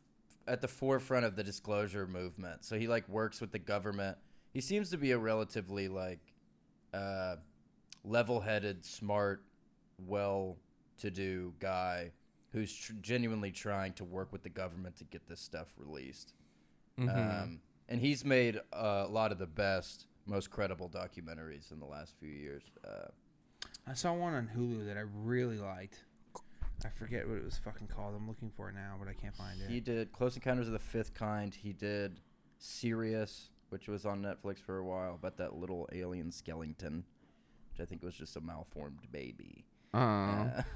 at the forefront of the disclosure movement. So he like works with the government. He seems to be a relatively like uh, level-headed, smart, well-to-do guy who's tr- genuinely trying to work with the government to get this stuff released. Mm-hmm. Um, and he's made uh, a lot of the best, most credible documentaries in the last few years. Uh, I saw one on Hulu that I really liked. I forget what it was fucking called. I'm looking for it now, but I can't find He it. did Close Encounters of the Fifth Kind. He did Sirius, which was on Netflix for a while, about that little alien skeleton, which I think it was just a malformed baby. Uh, Uh,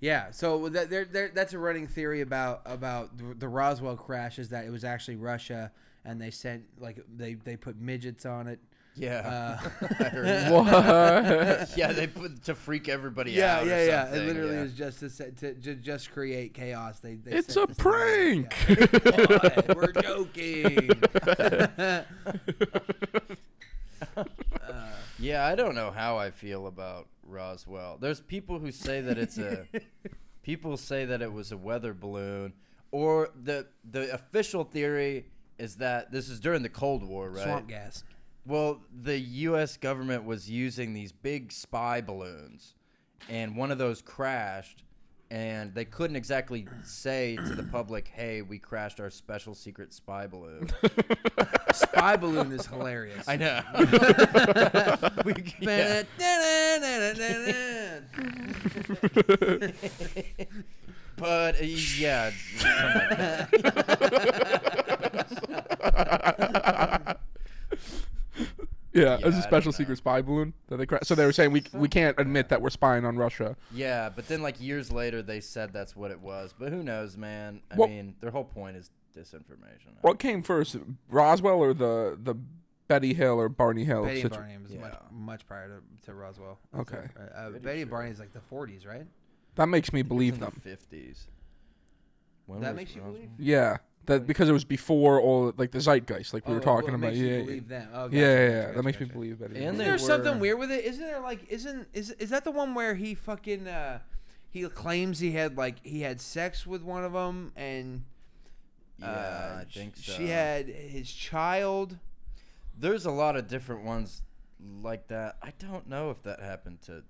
Yeah, so that, there, there, that's a running theory about about the, the Roswell crash is that it was actually Russia and they sent like they, they put midgets on it. yeah. Uh, I heard What? that. yeah, they put to freak everybody yeah, out. yeah, or yeah. It something, literally yeah. was just to, set, to, ju- just create chaos. They, they it's a sent this thing out. prank. Yeah. What? We're joking. Uh, Yeah, I don't know how I feel about Roswell. There's people who say that it's a people say that it was a weather balloon or the the official theory is that this is during the Cold War, right? Swamp gas. Well, the U.S. government was using these big spy balloons, and one of those crashed, and they couldn't exactly say to the public, "Hey, we crashed our special secret spy balloon." Spy balloon is hilarious. I know. we, yeah. But uh, yeah, it's something like that. yeah, Yeah, I it's don't a special know. secret spy balloon that they cra- so they were saying we we can't admit that we're spying on Russia. yeah. But then, like years later, they said that's what it was. But who knows, man? I Well- mean, their whole point is disinformation. What came first, Roswell or the the Betty Hill or Barney Oh, Hill? Betty and situ- Barney was much, Yeah. much prior to, to Roswell. Okay. Uh, Uh, Betty and Barney is like the 40s, right? that makes me believe In the them. Fifties. When that was makes you Roswell? believe. Yeah, that because it was before all like the zeitgeist, like we Oh, were oh, talking it about. makes yeah, you yeah, believe them. Oh, gotcha, yeah, yeah, gotcha, yeah, gotcha, That makes me gotcha. believe Betty. And Hill. Isn't they there something were- weird with it? Isn't there like isn't is is that the one where he fucking uh he claims he had like he had sex with one of them and Yeah, uh, I think so. she had his child. There's a lot of different ones like that. I don't know if that happened to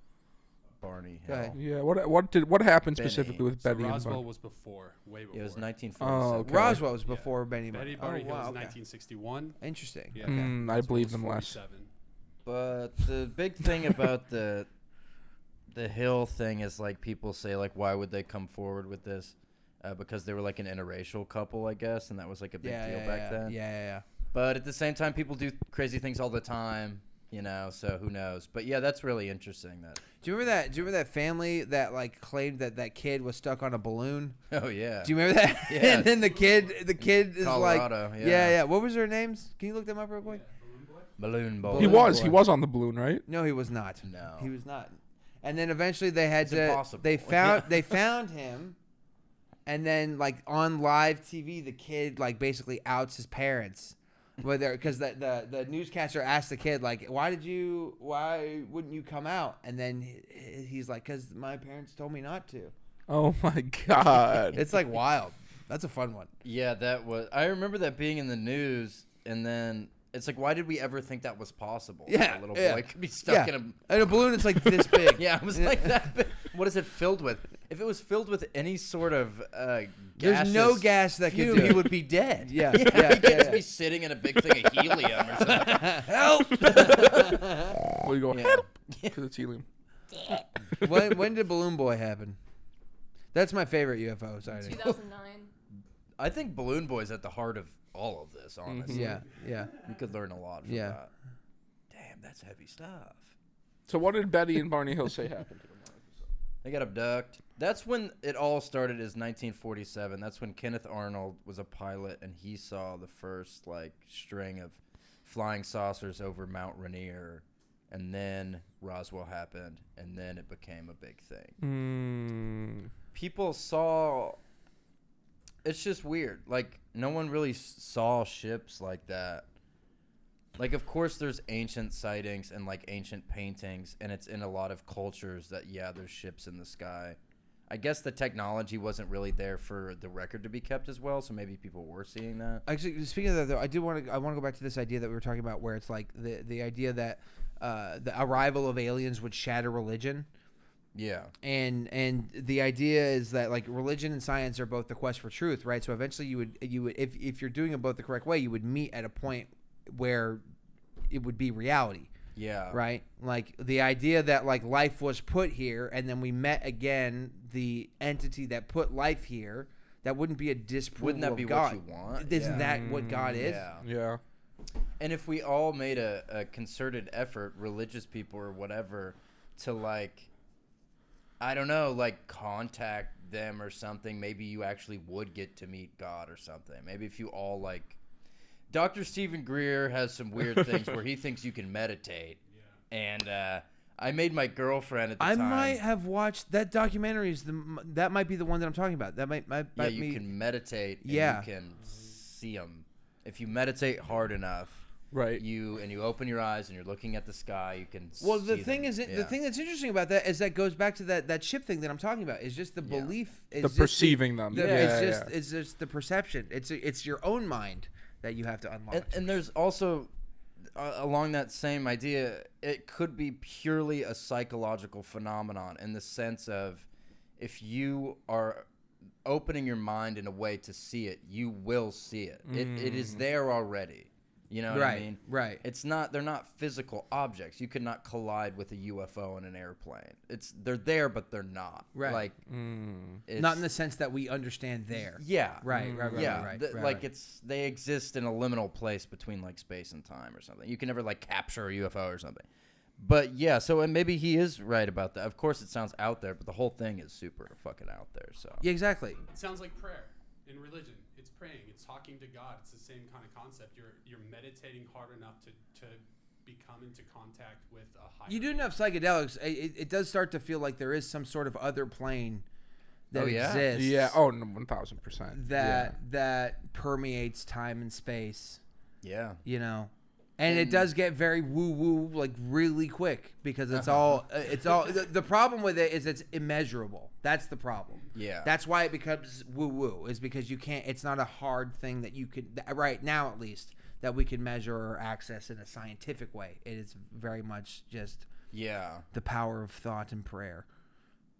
Barney Go Hill. ahead. Yeah, what what did what happened Benny. specifically with So Betty and Roswell Barney? was before, way before. It was Oh, 1947. okay. Roswell was Yeah. before Benny. Bunny. Betty Barney oh, Hill wow, was okay. 1961. Interesting. Yeah. Okay. Mm, I Roswell believe was them less. 47. But the big thing about the the Hill thing is like people say like why would they come forward with this? Uh, because they were like an interracial couple, I guess, and that was like a big yeah, deal yeah, back yeah. then. Yeah, yeah, yeah. But at the same time, people do crazy things all the time, you know. So who knows? But yeah, that's really interesting. That Do you remember that? Do you remember that family that like claimed that that kid was stuck on a balloon? oh yeah, Do you remember that? Yeah. and then the kid, the kid is Colorado, like, yeah. yeah, yeah. What was their names? Can you look them up real quick? balloon boy. He Balloon was he Boy. was on the balloon, right? No, he was not. No. he was not. And then eventually they had It's to. impossible. They found Yeah. they found him, and then like on live TV, the kid like basically outs his parents, whether because the, the the newscaster asked the kid like, "Why did you? Why wouldn't you come out?" And then he- he's like, "Cause my parents told me not to." Oh my god. It's like wild. That's a fun one. Yeah, that was. I remember that being in the news, and then it's like, why did we ever think that was possible? that a Yeah, little yeah. boy could be stuck yeah. in And a balloon that's like this big. a. Yeah, I was like that. Big. What is it filled with? If it was filled with any sort of uh, There's no gaseous gas that could fume, do he it. would be dead. Yeah, yeah, yeah, he could yeah, just yeah. be sitting in a big thing of helium or something. Help! We go Yeah. because it's helium. when when did Balloon Boy happen? That's my favorite UFO sighting. 2009. I think Balloon Boy's at the heart of all of this. Honestly, Yeah, yeah. we could learn a lot from Yeah. that. Damn, that's heavy stuff. So what did Betty and Barney Hill say happened? They got abducted. That's when it all started. Is 1947. That's when Kenneth Arnold was a pilot and he saw the first like string of flying saucers over Mount Rainier, and then Roswell happened, and then it became a big thing. Mm, People saw. It's just weird. Like no one really s- saw ships like that. Like of course there's ancient sightings and like ancient paintings and it's in a lot of cultures that yeah there's ships in the sky. I guess the technology wasn't really there for the record to be kept as well, so maybe people were seeing that. Actually, speaking of that, though, I do want to. I want to go back to this idea that we were talking about, where it's like the the idea that uh, the arrival of aliens would shatter religion, Yeah. and and the idea is that like religion and science are both the quest for truth, right? So eventually, you would you would if if you're doing it both the correct way, you would meet at a point where it would be reality. Yeah. right like the idea that like life was put here and then we met again the entity that put life here that wouldn't be a disproval Wouldn't that of be god what you want? Yeah. isn't that what god is Yeah. yeah. And if we all made a, a concerted effort, religious people or whatever, to like, I don't know, like contact them or something, maybe you actually would get to meet God or something. Maybe if you all like, Dr. Stephen Greer has some weird things where he thinks you can meditate. And uh, I made my girlfriend at the I time. might have watched that documentary. Is the that might be the one that I'm talking about? That might might, yeah, might you be- can meditate. And Yeah. you can see them if you meditate hard enough. Right. you and you open your eyes and you're looking at the sky you can Well, the see thing them. is, it, Yeah. the thing that's interesting about that is that goes back to that that ship thing that I'm talking about. Is just the Yeah. belief, is The just perceiving them. The, yeah, it's yeah, just it's just the perception. It's it's your own mind that you have to unlock. and, and there's also uh, along that same idea it could be purely a psychological phenomenon in the sense of if you are opening your mind in a way to see it you will see it it, it is there already you know what right, i mean right. it's not they're not physical objects you could not collide with a ufo and an airplane it's they're there but they're not Right. like Mm. it's, Not in the sense that we understand there. yeah Right, right, right, yeah, right, right, th- right, like right. it's they exist in a liminal place between like space and time or something. You can never like capture a UFO or something. But yeah, so and maybe he is right about that. Of course, it sounds out there, but the whole thing is super fucking out there. So Yeah, exactly. It sounds like prayer in religion. It's praying. It's talking to God. It's the same kind of concept. You're you're meditating hard enough to to become into contact with a higher. You do enough psychedelics, it, it, it does start to feel like there is some sort of other plane that Oh, yeah? exists. Yeah. Oh, no, one thousand percent. That that permeates time and space. yeah, you know and Mm. it does get very woo woo like really quick because it's Uh-huh. all uh, it's all the, the problem with it is it's immeasurable that's the problem Yeah. that's why it becomes woo woo is because you can't it's not a hard thing that you could that- right now at least that we can measure or access in a scientific way it is very much just yeah. the power of thought and prayer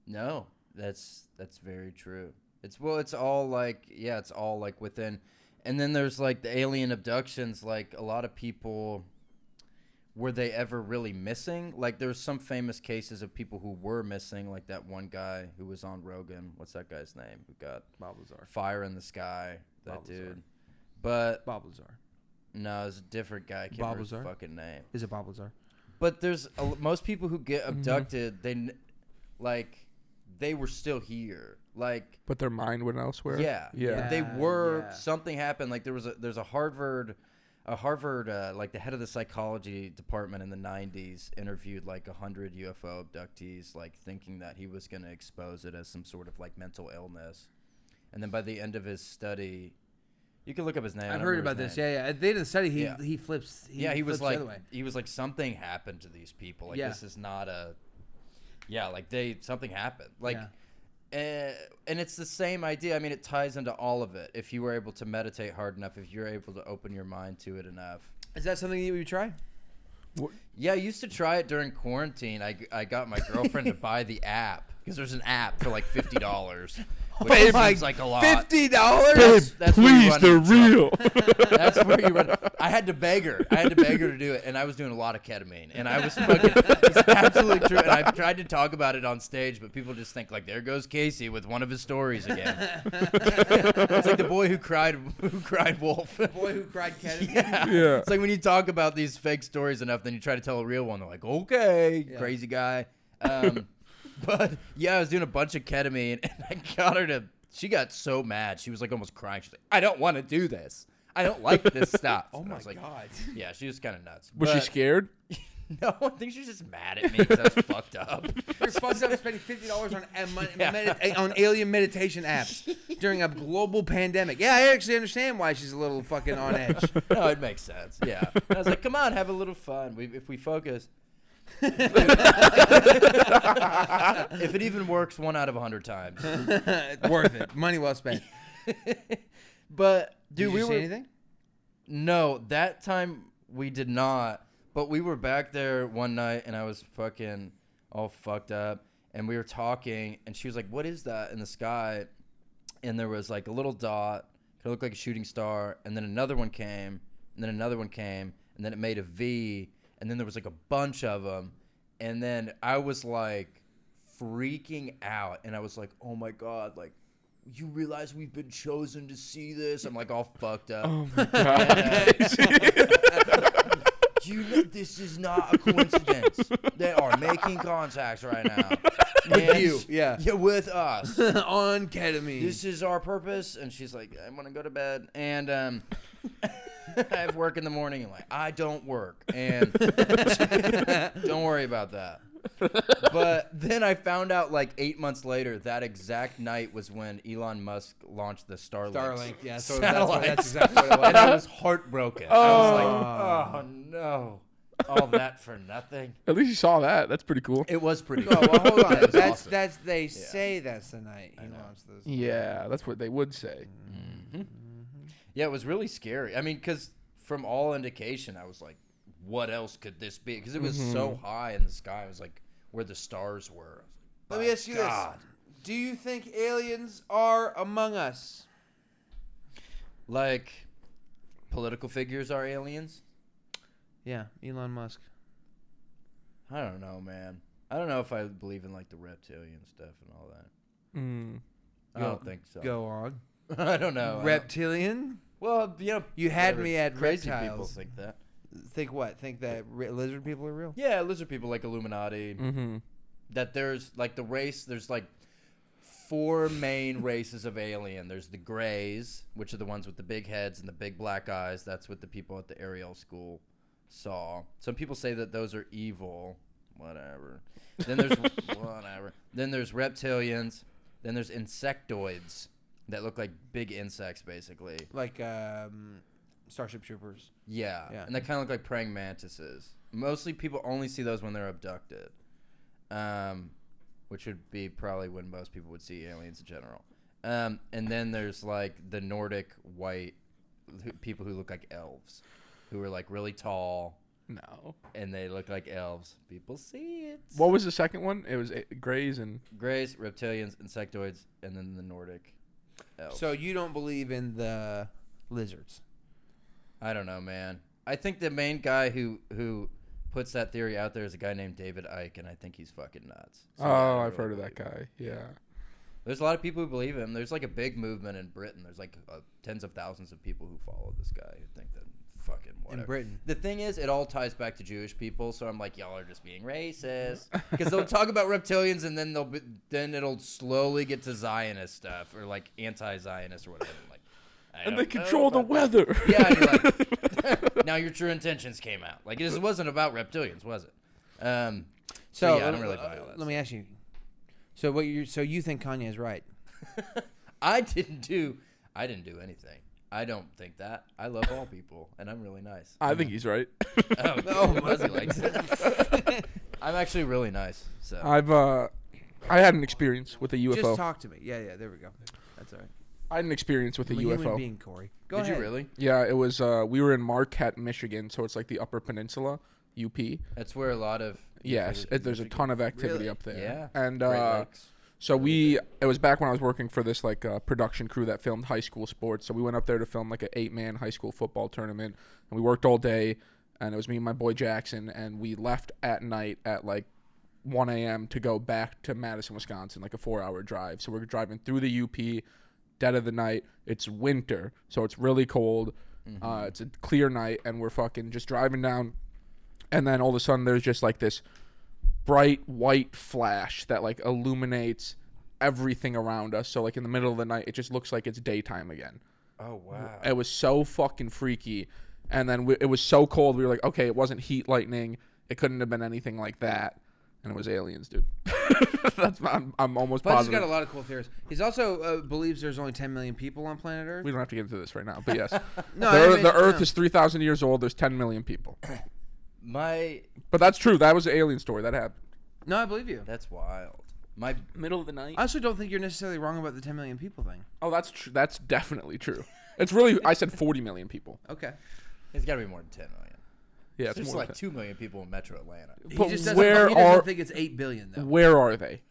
No, that's that's very true. It's well, it's all like yeah, it's all like within, and then there's like the alien abductions. Like a lot of people, were they ever really missing? Like there's some famous cases of people who were missing, like that one guy who was on Rogan. What's that guy's name? Who got Balbazar fire in the sky? That Balthazar. dude. But Balbazar no, it's a different guy. I can't remember his Balthazar? fucking name. is it Balbazar But there's a, l- most people who get abducted. They n- like they were still here. Like But their mind went elsewhere. yeah, Yeah. But they Yeah, were yeah. something happened. Like there was a there's a Harvard, a Harvard uh, like the head of the psychology department in the '90s interviewed like hundred UFO abductees, like thinking that he was going to expose it as some sort of like mental illness, and then by the end of his study, you can look up his name. I I've don't heard remember about his this name. yeah yeah at the end of the study he Yeah. he flips he yeah, he was flips like the other way. he was like something happened to these people. Like Yeah. this is not a yeah, like they something happened. Like Yeah. eh, and it's the same idea. I mean, it ties into all of it. If you were able to meditate hard enough, if you're able to open your mind to it enough. is that something that you would try Yeah, I used to try it during quarantine. I, I got my girlfriend to buy the app because there's an app for like fifty dollars, which seems like a lot. Oh Fifty dollars. Babe, that's where you please, run they're into trouble. real. That's where you run. I had to beg her. I had to beg her to do it, and I was doing a lot of ketamine, and I was fucking. It's absolutely true. And I've tried to talk about it on stage, but people just think like, "There goes Casey with one of his stories again." it's like the boy who cried, who cried wolf. Boy who cried Oh ketamine. yeah. Yeah. It's like when you talk about these fake stories enough, then you try to tell a real one. They're like, "Okay, Yeah. crazy guy." Um, but yeah, I was doing a bunch of ketamine, and I got her to. She got so mad. She was like almost crying. She's like, "I don't want to do this. I don't like this stuff." oh my god. Yeah, she was kind of nuts. Was she But- scared? No, I think she's just mad at me because I was fucked up. You're fucked up spending fifty dollars on a mon- Yeah. medita- on alien meditation apps during a global pandemic. Yeah, I actually understand why she's a little fucking on edge. No, it makes sense. Yeah, I was like, "Come on, have a little fun. We, if we focus." if it even works one out of a hundred times. Worth it. Money well spent. But dude, Did we you were say anything? no that time we did not. But we were back there one night, and I was fucking all fucked up, and we were talking, and she was like, "What is that in the sky?" And there was like a little dot, kind of looked like a shooting star, and then another one came, and then another one came, and then it made a V, and then there was like a bunch of them, and then I was like freaking out, and I was like, "Oh my god!" Like. You realize we've been chosen to see this? I'm like all fucked up. God. Do you know this is not a coincidence? they are making contacts right now. With you, yeah. Yeah, with us. on ketamine. This is our purpose. And she's like, I want to go to bed. And um, I have work in the morning. And like, I don't work. And don't worry about that. but then I found out like eight months later that exact night was when Elon Musk launched the Starlink. Starlink, yeah. So that's, what, satellites. that's exactly what it was. and I was heartbroken. I was like, oh no, all that for nothing. Oh, At least you saw that. That's pretty cool. It was pretty. No, Oh, well, hold on. It was That's awesome. that's they say that's the night he launched this. Yeah, that's what they would say. Yeah, it was really scary. I mean, because from all indication, I was like, what else could this be? Because it was Mm-hmm. so high in the sky. It was like where the stars were. Let me ask you God. this: Do you think aliens are among us? Like, political figures are aliens? Yeah, Elon Musk. I don't know, man. I don't know if I believe in like the reptilian stuff and all that. Mm. I don't think so. Go on. I don't know. I don't- Reptilian? well, you know, You had whatever. me at crazy people reptiles. think that. Think what? Think that ri lizard people are real? Yeah, lizard people like Illuminati. Mm-hmm. that there's like the race there's like four main races of alien there's the grays which are the ones with the big heads and the big black eyes that's what the people at the ariel school saw some people say that those are evil whatever then there's whatever then there's reptilians then there's insectoids that look like big insects basically Like um, Starship Troopers. yeah, Yeah. and they kind of look like praying mantises. Mostly, people only see those when they're abducted, um, which would be probably when most people would see aliens in general. Um, and then there's like the Nordic white who- people who look like elves, who are like really tall No. and they look like elves. People see it. What was the second one? It was uh, Grays and Grays, reptilians, insectoids, and then the Nordic elves. So you don't believe in the lizards? I don't know, man. I think the main guy who who puts that theory out there is a guy named David Ike, and I think he's fucking nuts. So, yeah, I oh, don't I've heard of really that believe it. guy. Yeah. There's a lot of people who believe him. There's like a big movement in Britain. There's like uh, tens of thousands of people who follow this guy who think that fucking whatever. Britain. The thing is, it all ties back to Jewish people, so I'm like, y'all are just being racist because they'll talk about reptilians, and then they'll be, then it'll slowly get to Zionist stuff or like anti-Zionist or whatever. I'm like, I And don't they control know the about weather. yeah, and you're like, now your true intentions came out. Like this wasn't about reptilians, was it? Um, so, So yeah, I let- don't really buy let- all that. Let me ask you. So what you so you think Kanye is right? I didn't do. I didn't do anything. I don't think that. I love all people, and I'm really nice. I think he's right. Oh, no, Buzzy likes it. I'm actually really nice. So I've uh, I had an experience with a Just UFO. talk to me. Yeah, yeah. There we go. That's all right. I had an experience with a I'm a UFO. human being, Corey. Go did ahead. you really? Yeah, it was. Uh, we were in Marquette, Michigan, so it's like the Upper Peninsula, UP. That's where a lot of Yes, it, there's a ton of activity up there. Yeah. and Great uh, Lakes. so we. It was back when I was working for this like uh, production crew that filmed high school sports. So we went up there to film like an eight-man high school football tournament, and we worked all day. And it was me and my boy Jackson, and we left at night at like 1 a.m. to go back to Madison, Wisconsin, like a four-hour drive. So we're driving through the UP, dead of the night. It's winter, so it's really cold. Uh, it's a clear night, and we're fucking just driving down. And then all of a sudden, there's just like this bright white flash that like illuminates everything around us. So like in the middle of the night, it just looks like it's daytime again. Oh wow. It was so fucking freaky. And then we, it was so cold. We were like, okay, it wasn't heat lightning. It couldn't have been anything like that. And it was aliens, dude. That's my, I'm, I'm almost But he's positive. got a lot of cool theories. He's also uh, believes there's only 10 million people on planet Earth. we don't have to get into this right now, but yes, No, the, I Earth- mean- the Earth no. is three thousand years old. There's ten million people, My but that's true. That was an alien story that happened. No, I believe you. that's wild. My Middle of the night. I also don't think you're necessarily wrong about the 10 million people thing. Oh, that's true. That's definitely true. It's really I said 40 million people. Okay. it's got to be more than ten million. Yeah, it's There's more like than two million people in Metro Atlanta. that. He But just doesn't, where he doesn't are think it's 8 billion though. where are they?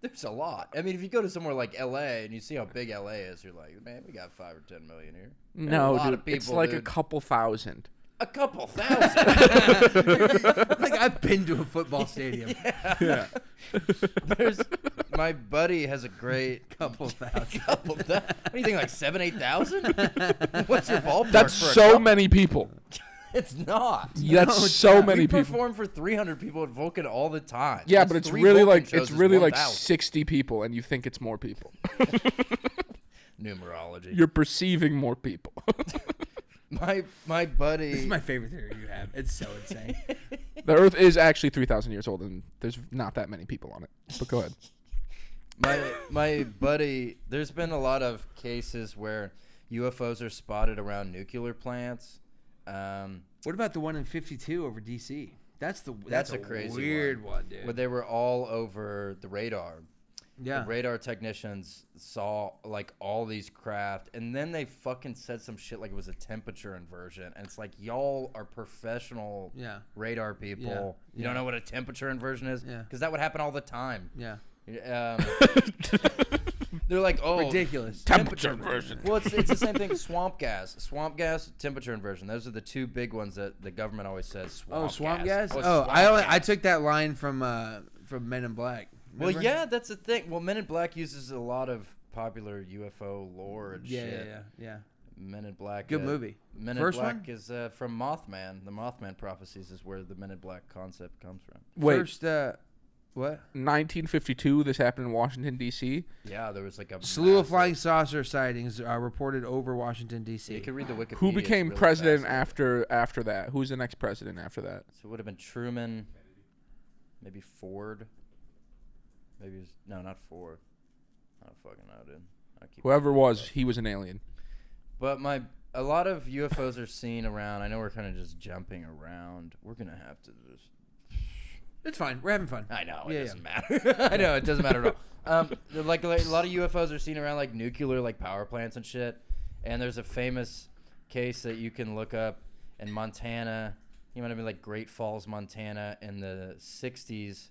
There's a lot. I mean, if you go to somewhere like LA and you see how big LA is, you're like, man, we got five or ten million here. There's a No, lot dude, of people, it's like a dude. couple thousand. a couple thousand. like I've been to a football stadium. There's my buddy has a great Couple thousand. couple. Th- what do you think, like seven, eight thousand? What's your ballpark? That's for a so couple? many people. It's not. That's so many we people. perform for 300 people at Vulcan all the time. Yeah, That's but it's three really Vulcan like shows it's is really like 1,000. sixty people, and you think it's more people. numerology. You're perceiving more people. my my buddy. This is my favorite theory you have. It's so insane. the Earth is actually three thousand years old, and there's not that many people on it. But go ahead. my my buddy there's been a lot of cases where ufos are spotted around nuclear plants um, what about the one in 52 over DC? That's the that's, a crazy weird one, dude. where they were all over the radar yeah. the radar technicians saw like all these craft and then they fucking said some shit like it was a temperature inversion and it's like y'all are professional Yeah. radar people you yeah. don't know what a temperature inversion is Yeah. because that would happen all the time yeah. um, they're like oh Ridiculous. temperature inversion. Well, it's, it's the same thing. Swamp gas, swamp gas, temperature inversion. Those are the two big ones that the government always says. Swamp Oh, swamp gas. gas. Oh, swamp I only, I gas. took that line from uh from Men in Black. Well, Remember? yeah, that's the thing. Well, Men in Black uses a lot of popular UFO lore and Yeah, shit. yeah, yeah, yeah. Men in Black. Good uh, movie. Men First in Black one? is uh, from Mothman. The Mothman prophecies is where the Men in Black concept comes from. Wait, First, uh, what? 1952. This happened in Washington D.C. Yeah, there was like a Slew of massive- flying saucer sightings are reported over Washington You D.C. could read the Wikipedia. Who it's became really president fascinating. after after that? Who's the next president after that? So it would have been Truman, maybe Ford. Maybe it was, no, not Ford. I don't fucking know, dude. I keep Whoever was, he was an alien. But my a lot of UFOs are seen around. I know we're kind of just jumping around. We're gonna have to just. It's fine. We're having Uh, fun. I know it Yeah, yeah. doesn't matter. I know it doesn't matter at all. Um, they're like, like a lot of UFOs are seen around like nuclear like power plants and shit. And there's a famous case that you can look up in Montana. You might have been like Great Falls, Montana, in the '60s,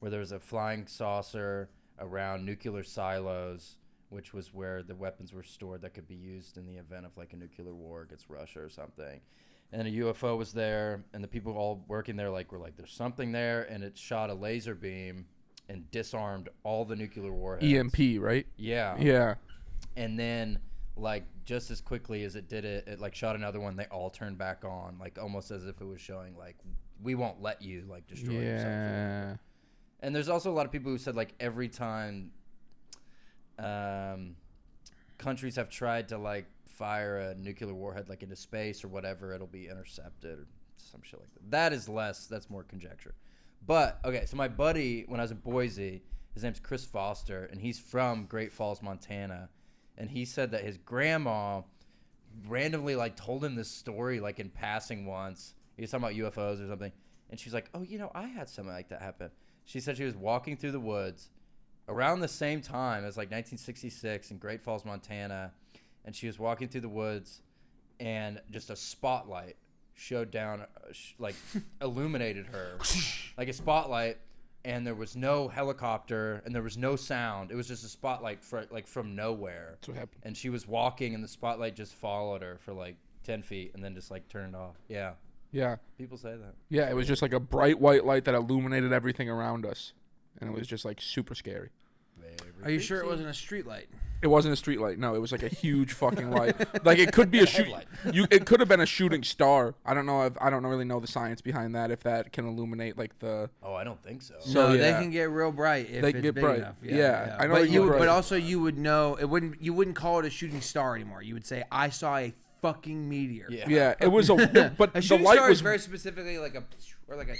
where there was a flying saucer around nuclear silos, which was where the weapons were stored that could be used in the event of like a nuclear war against Russia or something and a UFO was there, and the people all working there like were like, "There's something there," and it shot a laser beam and disarmed all the nuclear warheads. EMP, E right? Yeah. Yeah. And then, like, just as quickly as it did it, it like shot another one. They all turned back on, like almost as if it was showing like, "We won't let you like destroy yourself." Yeah. And there's also a lot of people who said like every time um, countries have tried to like fire a nuclear warhead like into space or whatever, it'll be intercepted or some shit like that. That is less. That's more conjecture. But okay, so my buddy when I was in Boise, his name's Chris Foster, and he's from Great Falls, Montana, and he said that his grandma randomly like told him this story like in passing once. He was talking about UFOs or something, and she's like, "Oh, you know, I had something like that happen." She said she was walking through the woods around the same time as like 1966 in Great Falls, Montana, and she was walking through the woods, and just a spotlight showed down, uh, sh- like illuminated her, like a spotlight. And there was no helicopter, and there was no sound. It was just a spotlight, fr- like from nowhere That's what happened. and she was walking and the spotlight just followed her for like 10 feet and then just like turned off yeah Yeah. people say that Yeah. It was just like a bright white light that illuminated everything around us, and it was just like super scary. Are you sure it wasn't a street light? It wasn't a street light. No, it was like a huge fucking light. Like it could be a shoot. headlight. You, it could have been a shooting star. I don't know. If, I don't really know the science behind that. If that can illuminate like the. oh i don't think so So no, they yeah. can get real bright if They it's can get big bright. enough. Yeah, I know they but can you, get would- bright. but also you would know it wouldn't. You wouldn't call it a shooting star anymore. You would say, "I saw a fucking meteor." yeah Yeah, it was a. But A the shooting light star was is very specifically like a or like a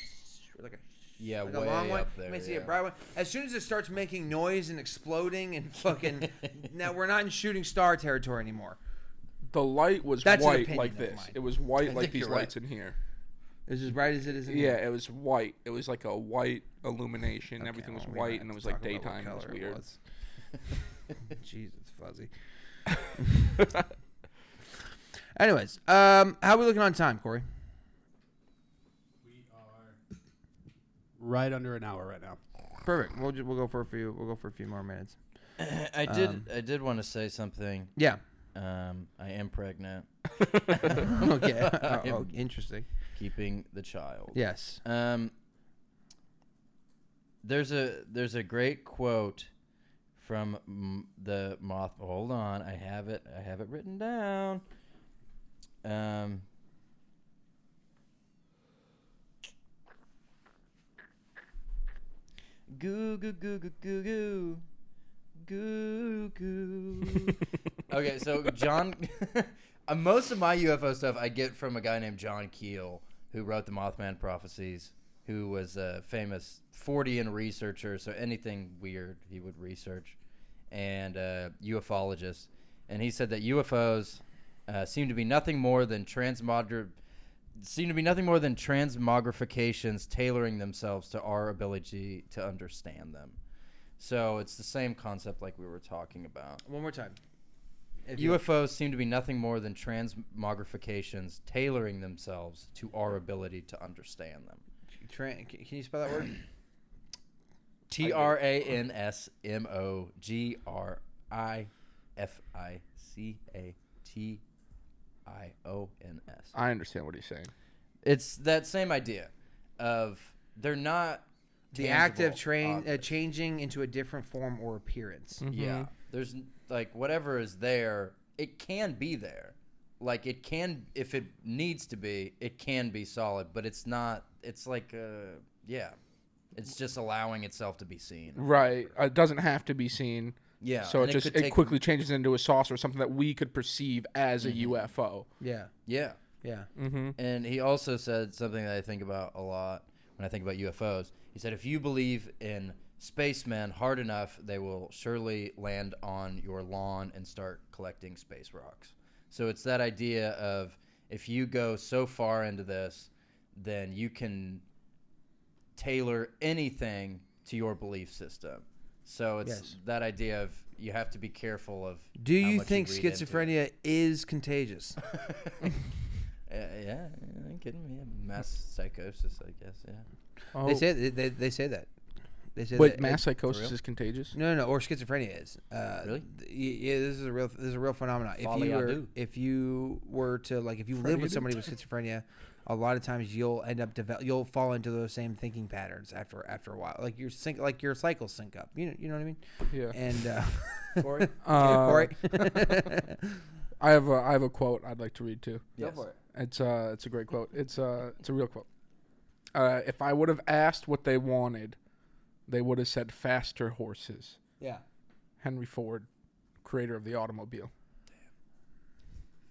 or like a yeah like way a long one. up there you may see yeah. a bright one. As soon as it starts making noise and exploding and fucking, now we're not in shooting star territory anymore. the light was That's an white opinion like of this. mine. It was white like think these you're right. lights in here. It's as bright as it is. In Yeah, it was white. It was like a white illumination. Everything was well, we don't white have and it to was like talk about what daytime. It was color it weird. was. Jesus, fuzzy. Anyways, um, how we looking on time, Corey? We are right under an hour right now. Perfect. We'll ju- we'll go for a few. We'll go for a few more minutes. i did Um, i did want to say something Yeah. um i am pregnant okay. Oh, I'm oh, interesting. keeping the child Yes. Um, there's a there's a great quote from m- the moth. Hold on, I have it. I have it written down. Um, Goo goo goo goo goo goo. Goo goo. okay, so John, uh, most of my UFO stuff I get from a guy named John Keel, who wrote the Mothman Prophecies, who was a famous 40an researcher. So anything weird he would research, and uh, ufologist. And he said that UFOs uh, seem to be nothing more than transmogr seem to be nothing more than transmogrifications tailoring themselves to our ability to understand them. So it's the same concept like we were talking about. One more time. If you- UFOs seem to be nothing more than transmogrifications tailoring themselves to our ability to understand them. Tran- can can you spell that word? T R A N S M O G R I F I C A T I O N S. I understand what he's saying. It's that same idea of they're not the act of tangible train uh, objects. changing into a different form or appearance. Yeah. There's n- like whatever is there, it can be there. Like it can if it needs to be, it can be solid, but it's not it's like uh yeah. It's just allowing itself to be seen. Right. Uh, It doesn't have to be seen. Yeah. So and it just could it take- quickly changes into a saucer, something that we could perceive as Mm-hmm. a UFO. Yeah, Yeah. yeah. Mm-hmm. And he also said something that I think about a lot when I think about UFOs. He said, if you believe in spacemen hard enough, they will surely land on your lawn and start collecting space rocks. So it's that idea of if you go so far into this, then you can tailor anything to your belief system. So it's Yes. that idea of you have to be careful of. Do how you much think read into it. schizophrenia is contagious? Uh, yeah, I ain't kidding me. Yeah, Mass psychosis, I guess. Yeah. Oh, They say they, they, they say that. They say wait, that mass it- psychosis real? is contagious. no, no, no, or schizophrenia is. Uh, Really? th- y- yeah, this is a real this is a real phenomenon. If Folly you I were, do. if you were to like if you live with somebody with schizophrenia, a lot of times you'll end up develop you'll fall into those same thinking patterns after after a while. Like your sync like your cycles sync up. You know you know what I mean? Yeah. And uh, Corey? Uh, Corey? I have a I have a quote I'd like to read too. Yes. It's uh it's a great quote. It's uh it's a real quote. Uh, if I would have asked what they wanted, they would have said faster horses. yeah. Henry Ford, creator of the automobile.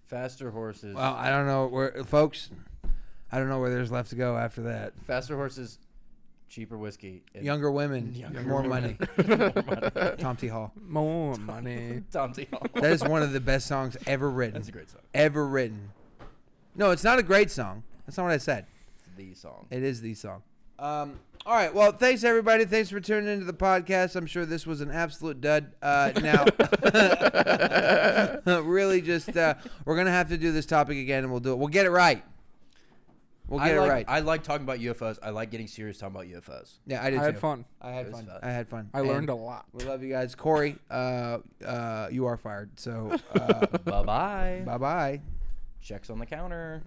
Faster horses. Well, I don't know where folks. I don't know where there's left to go after that. Faster horses, cheaper whiskey. and Younger women, Younger more women. money. Tom T. Hall. More money. Tom T. Hall. That is one of the best songs ever written. That's a great song. ever written. No, it's not a great song. That's not what I said. It's the song. It is the song. Um, all right. Well, thanks everybody. Thanks for tuning into the podcast. I'm sure this was an absolute dud. Uh, now, really, just uh, we're gonna have to do this topic again, and we'll do it. We'll get it right. We'll get I it like, right. I like talking about UFOs. I like getting serious talking about UFOs. yeah, I did. I had too. fun. I had It was fun. fun. I had fun. I learned And a lot. We love you guys, Corey. Uh, uh, you are fired. So, uh, bye bye. bye Mm. bye. Checks on the counter.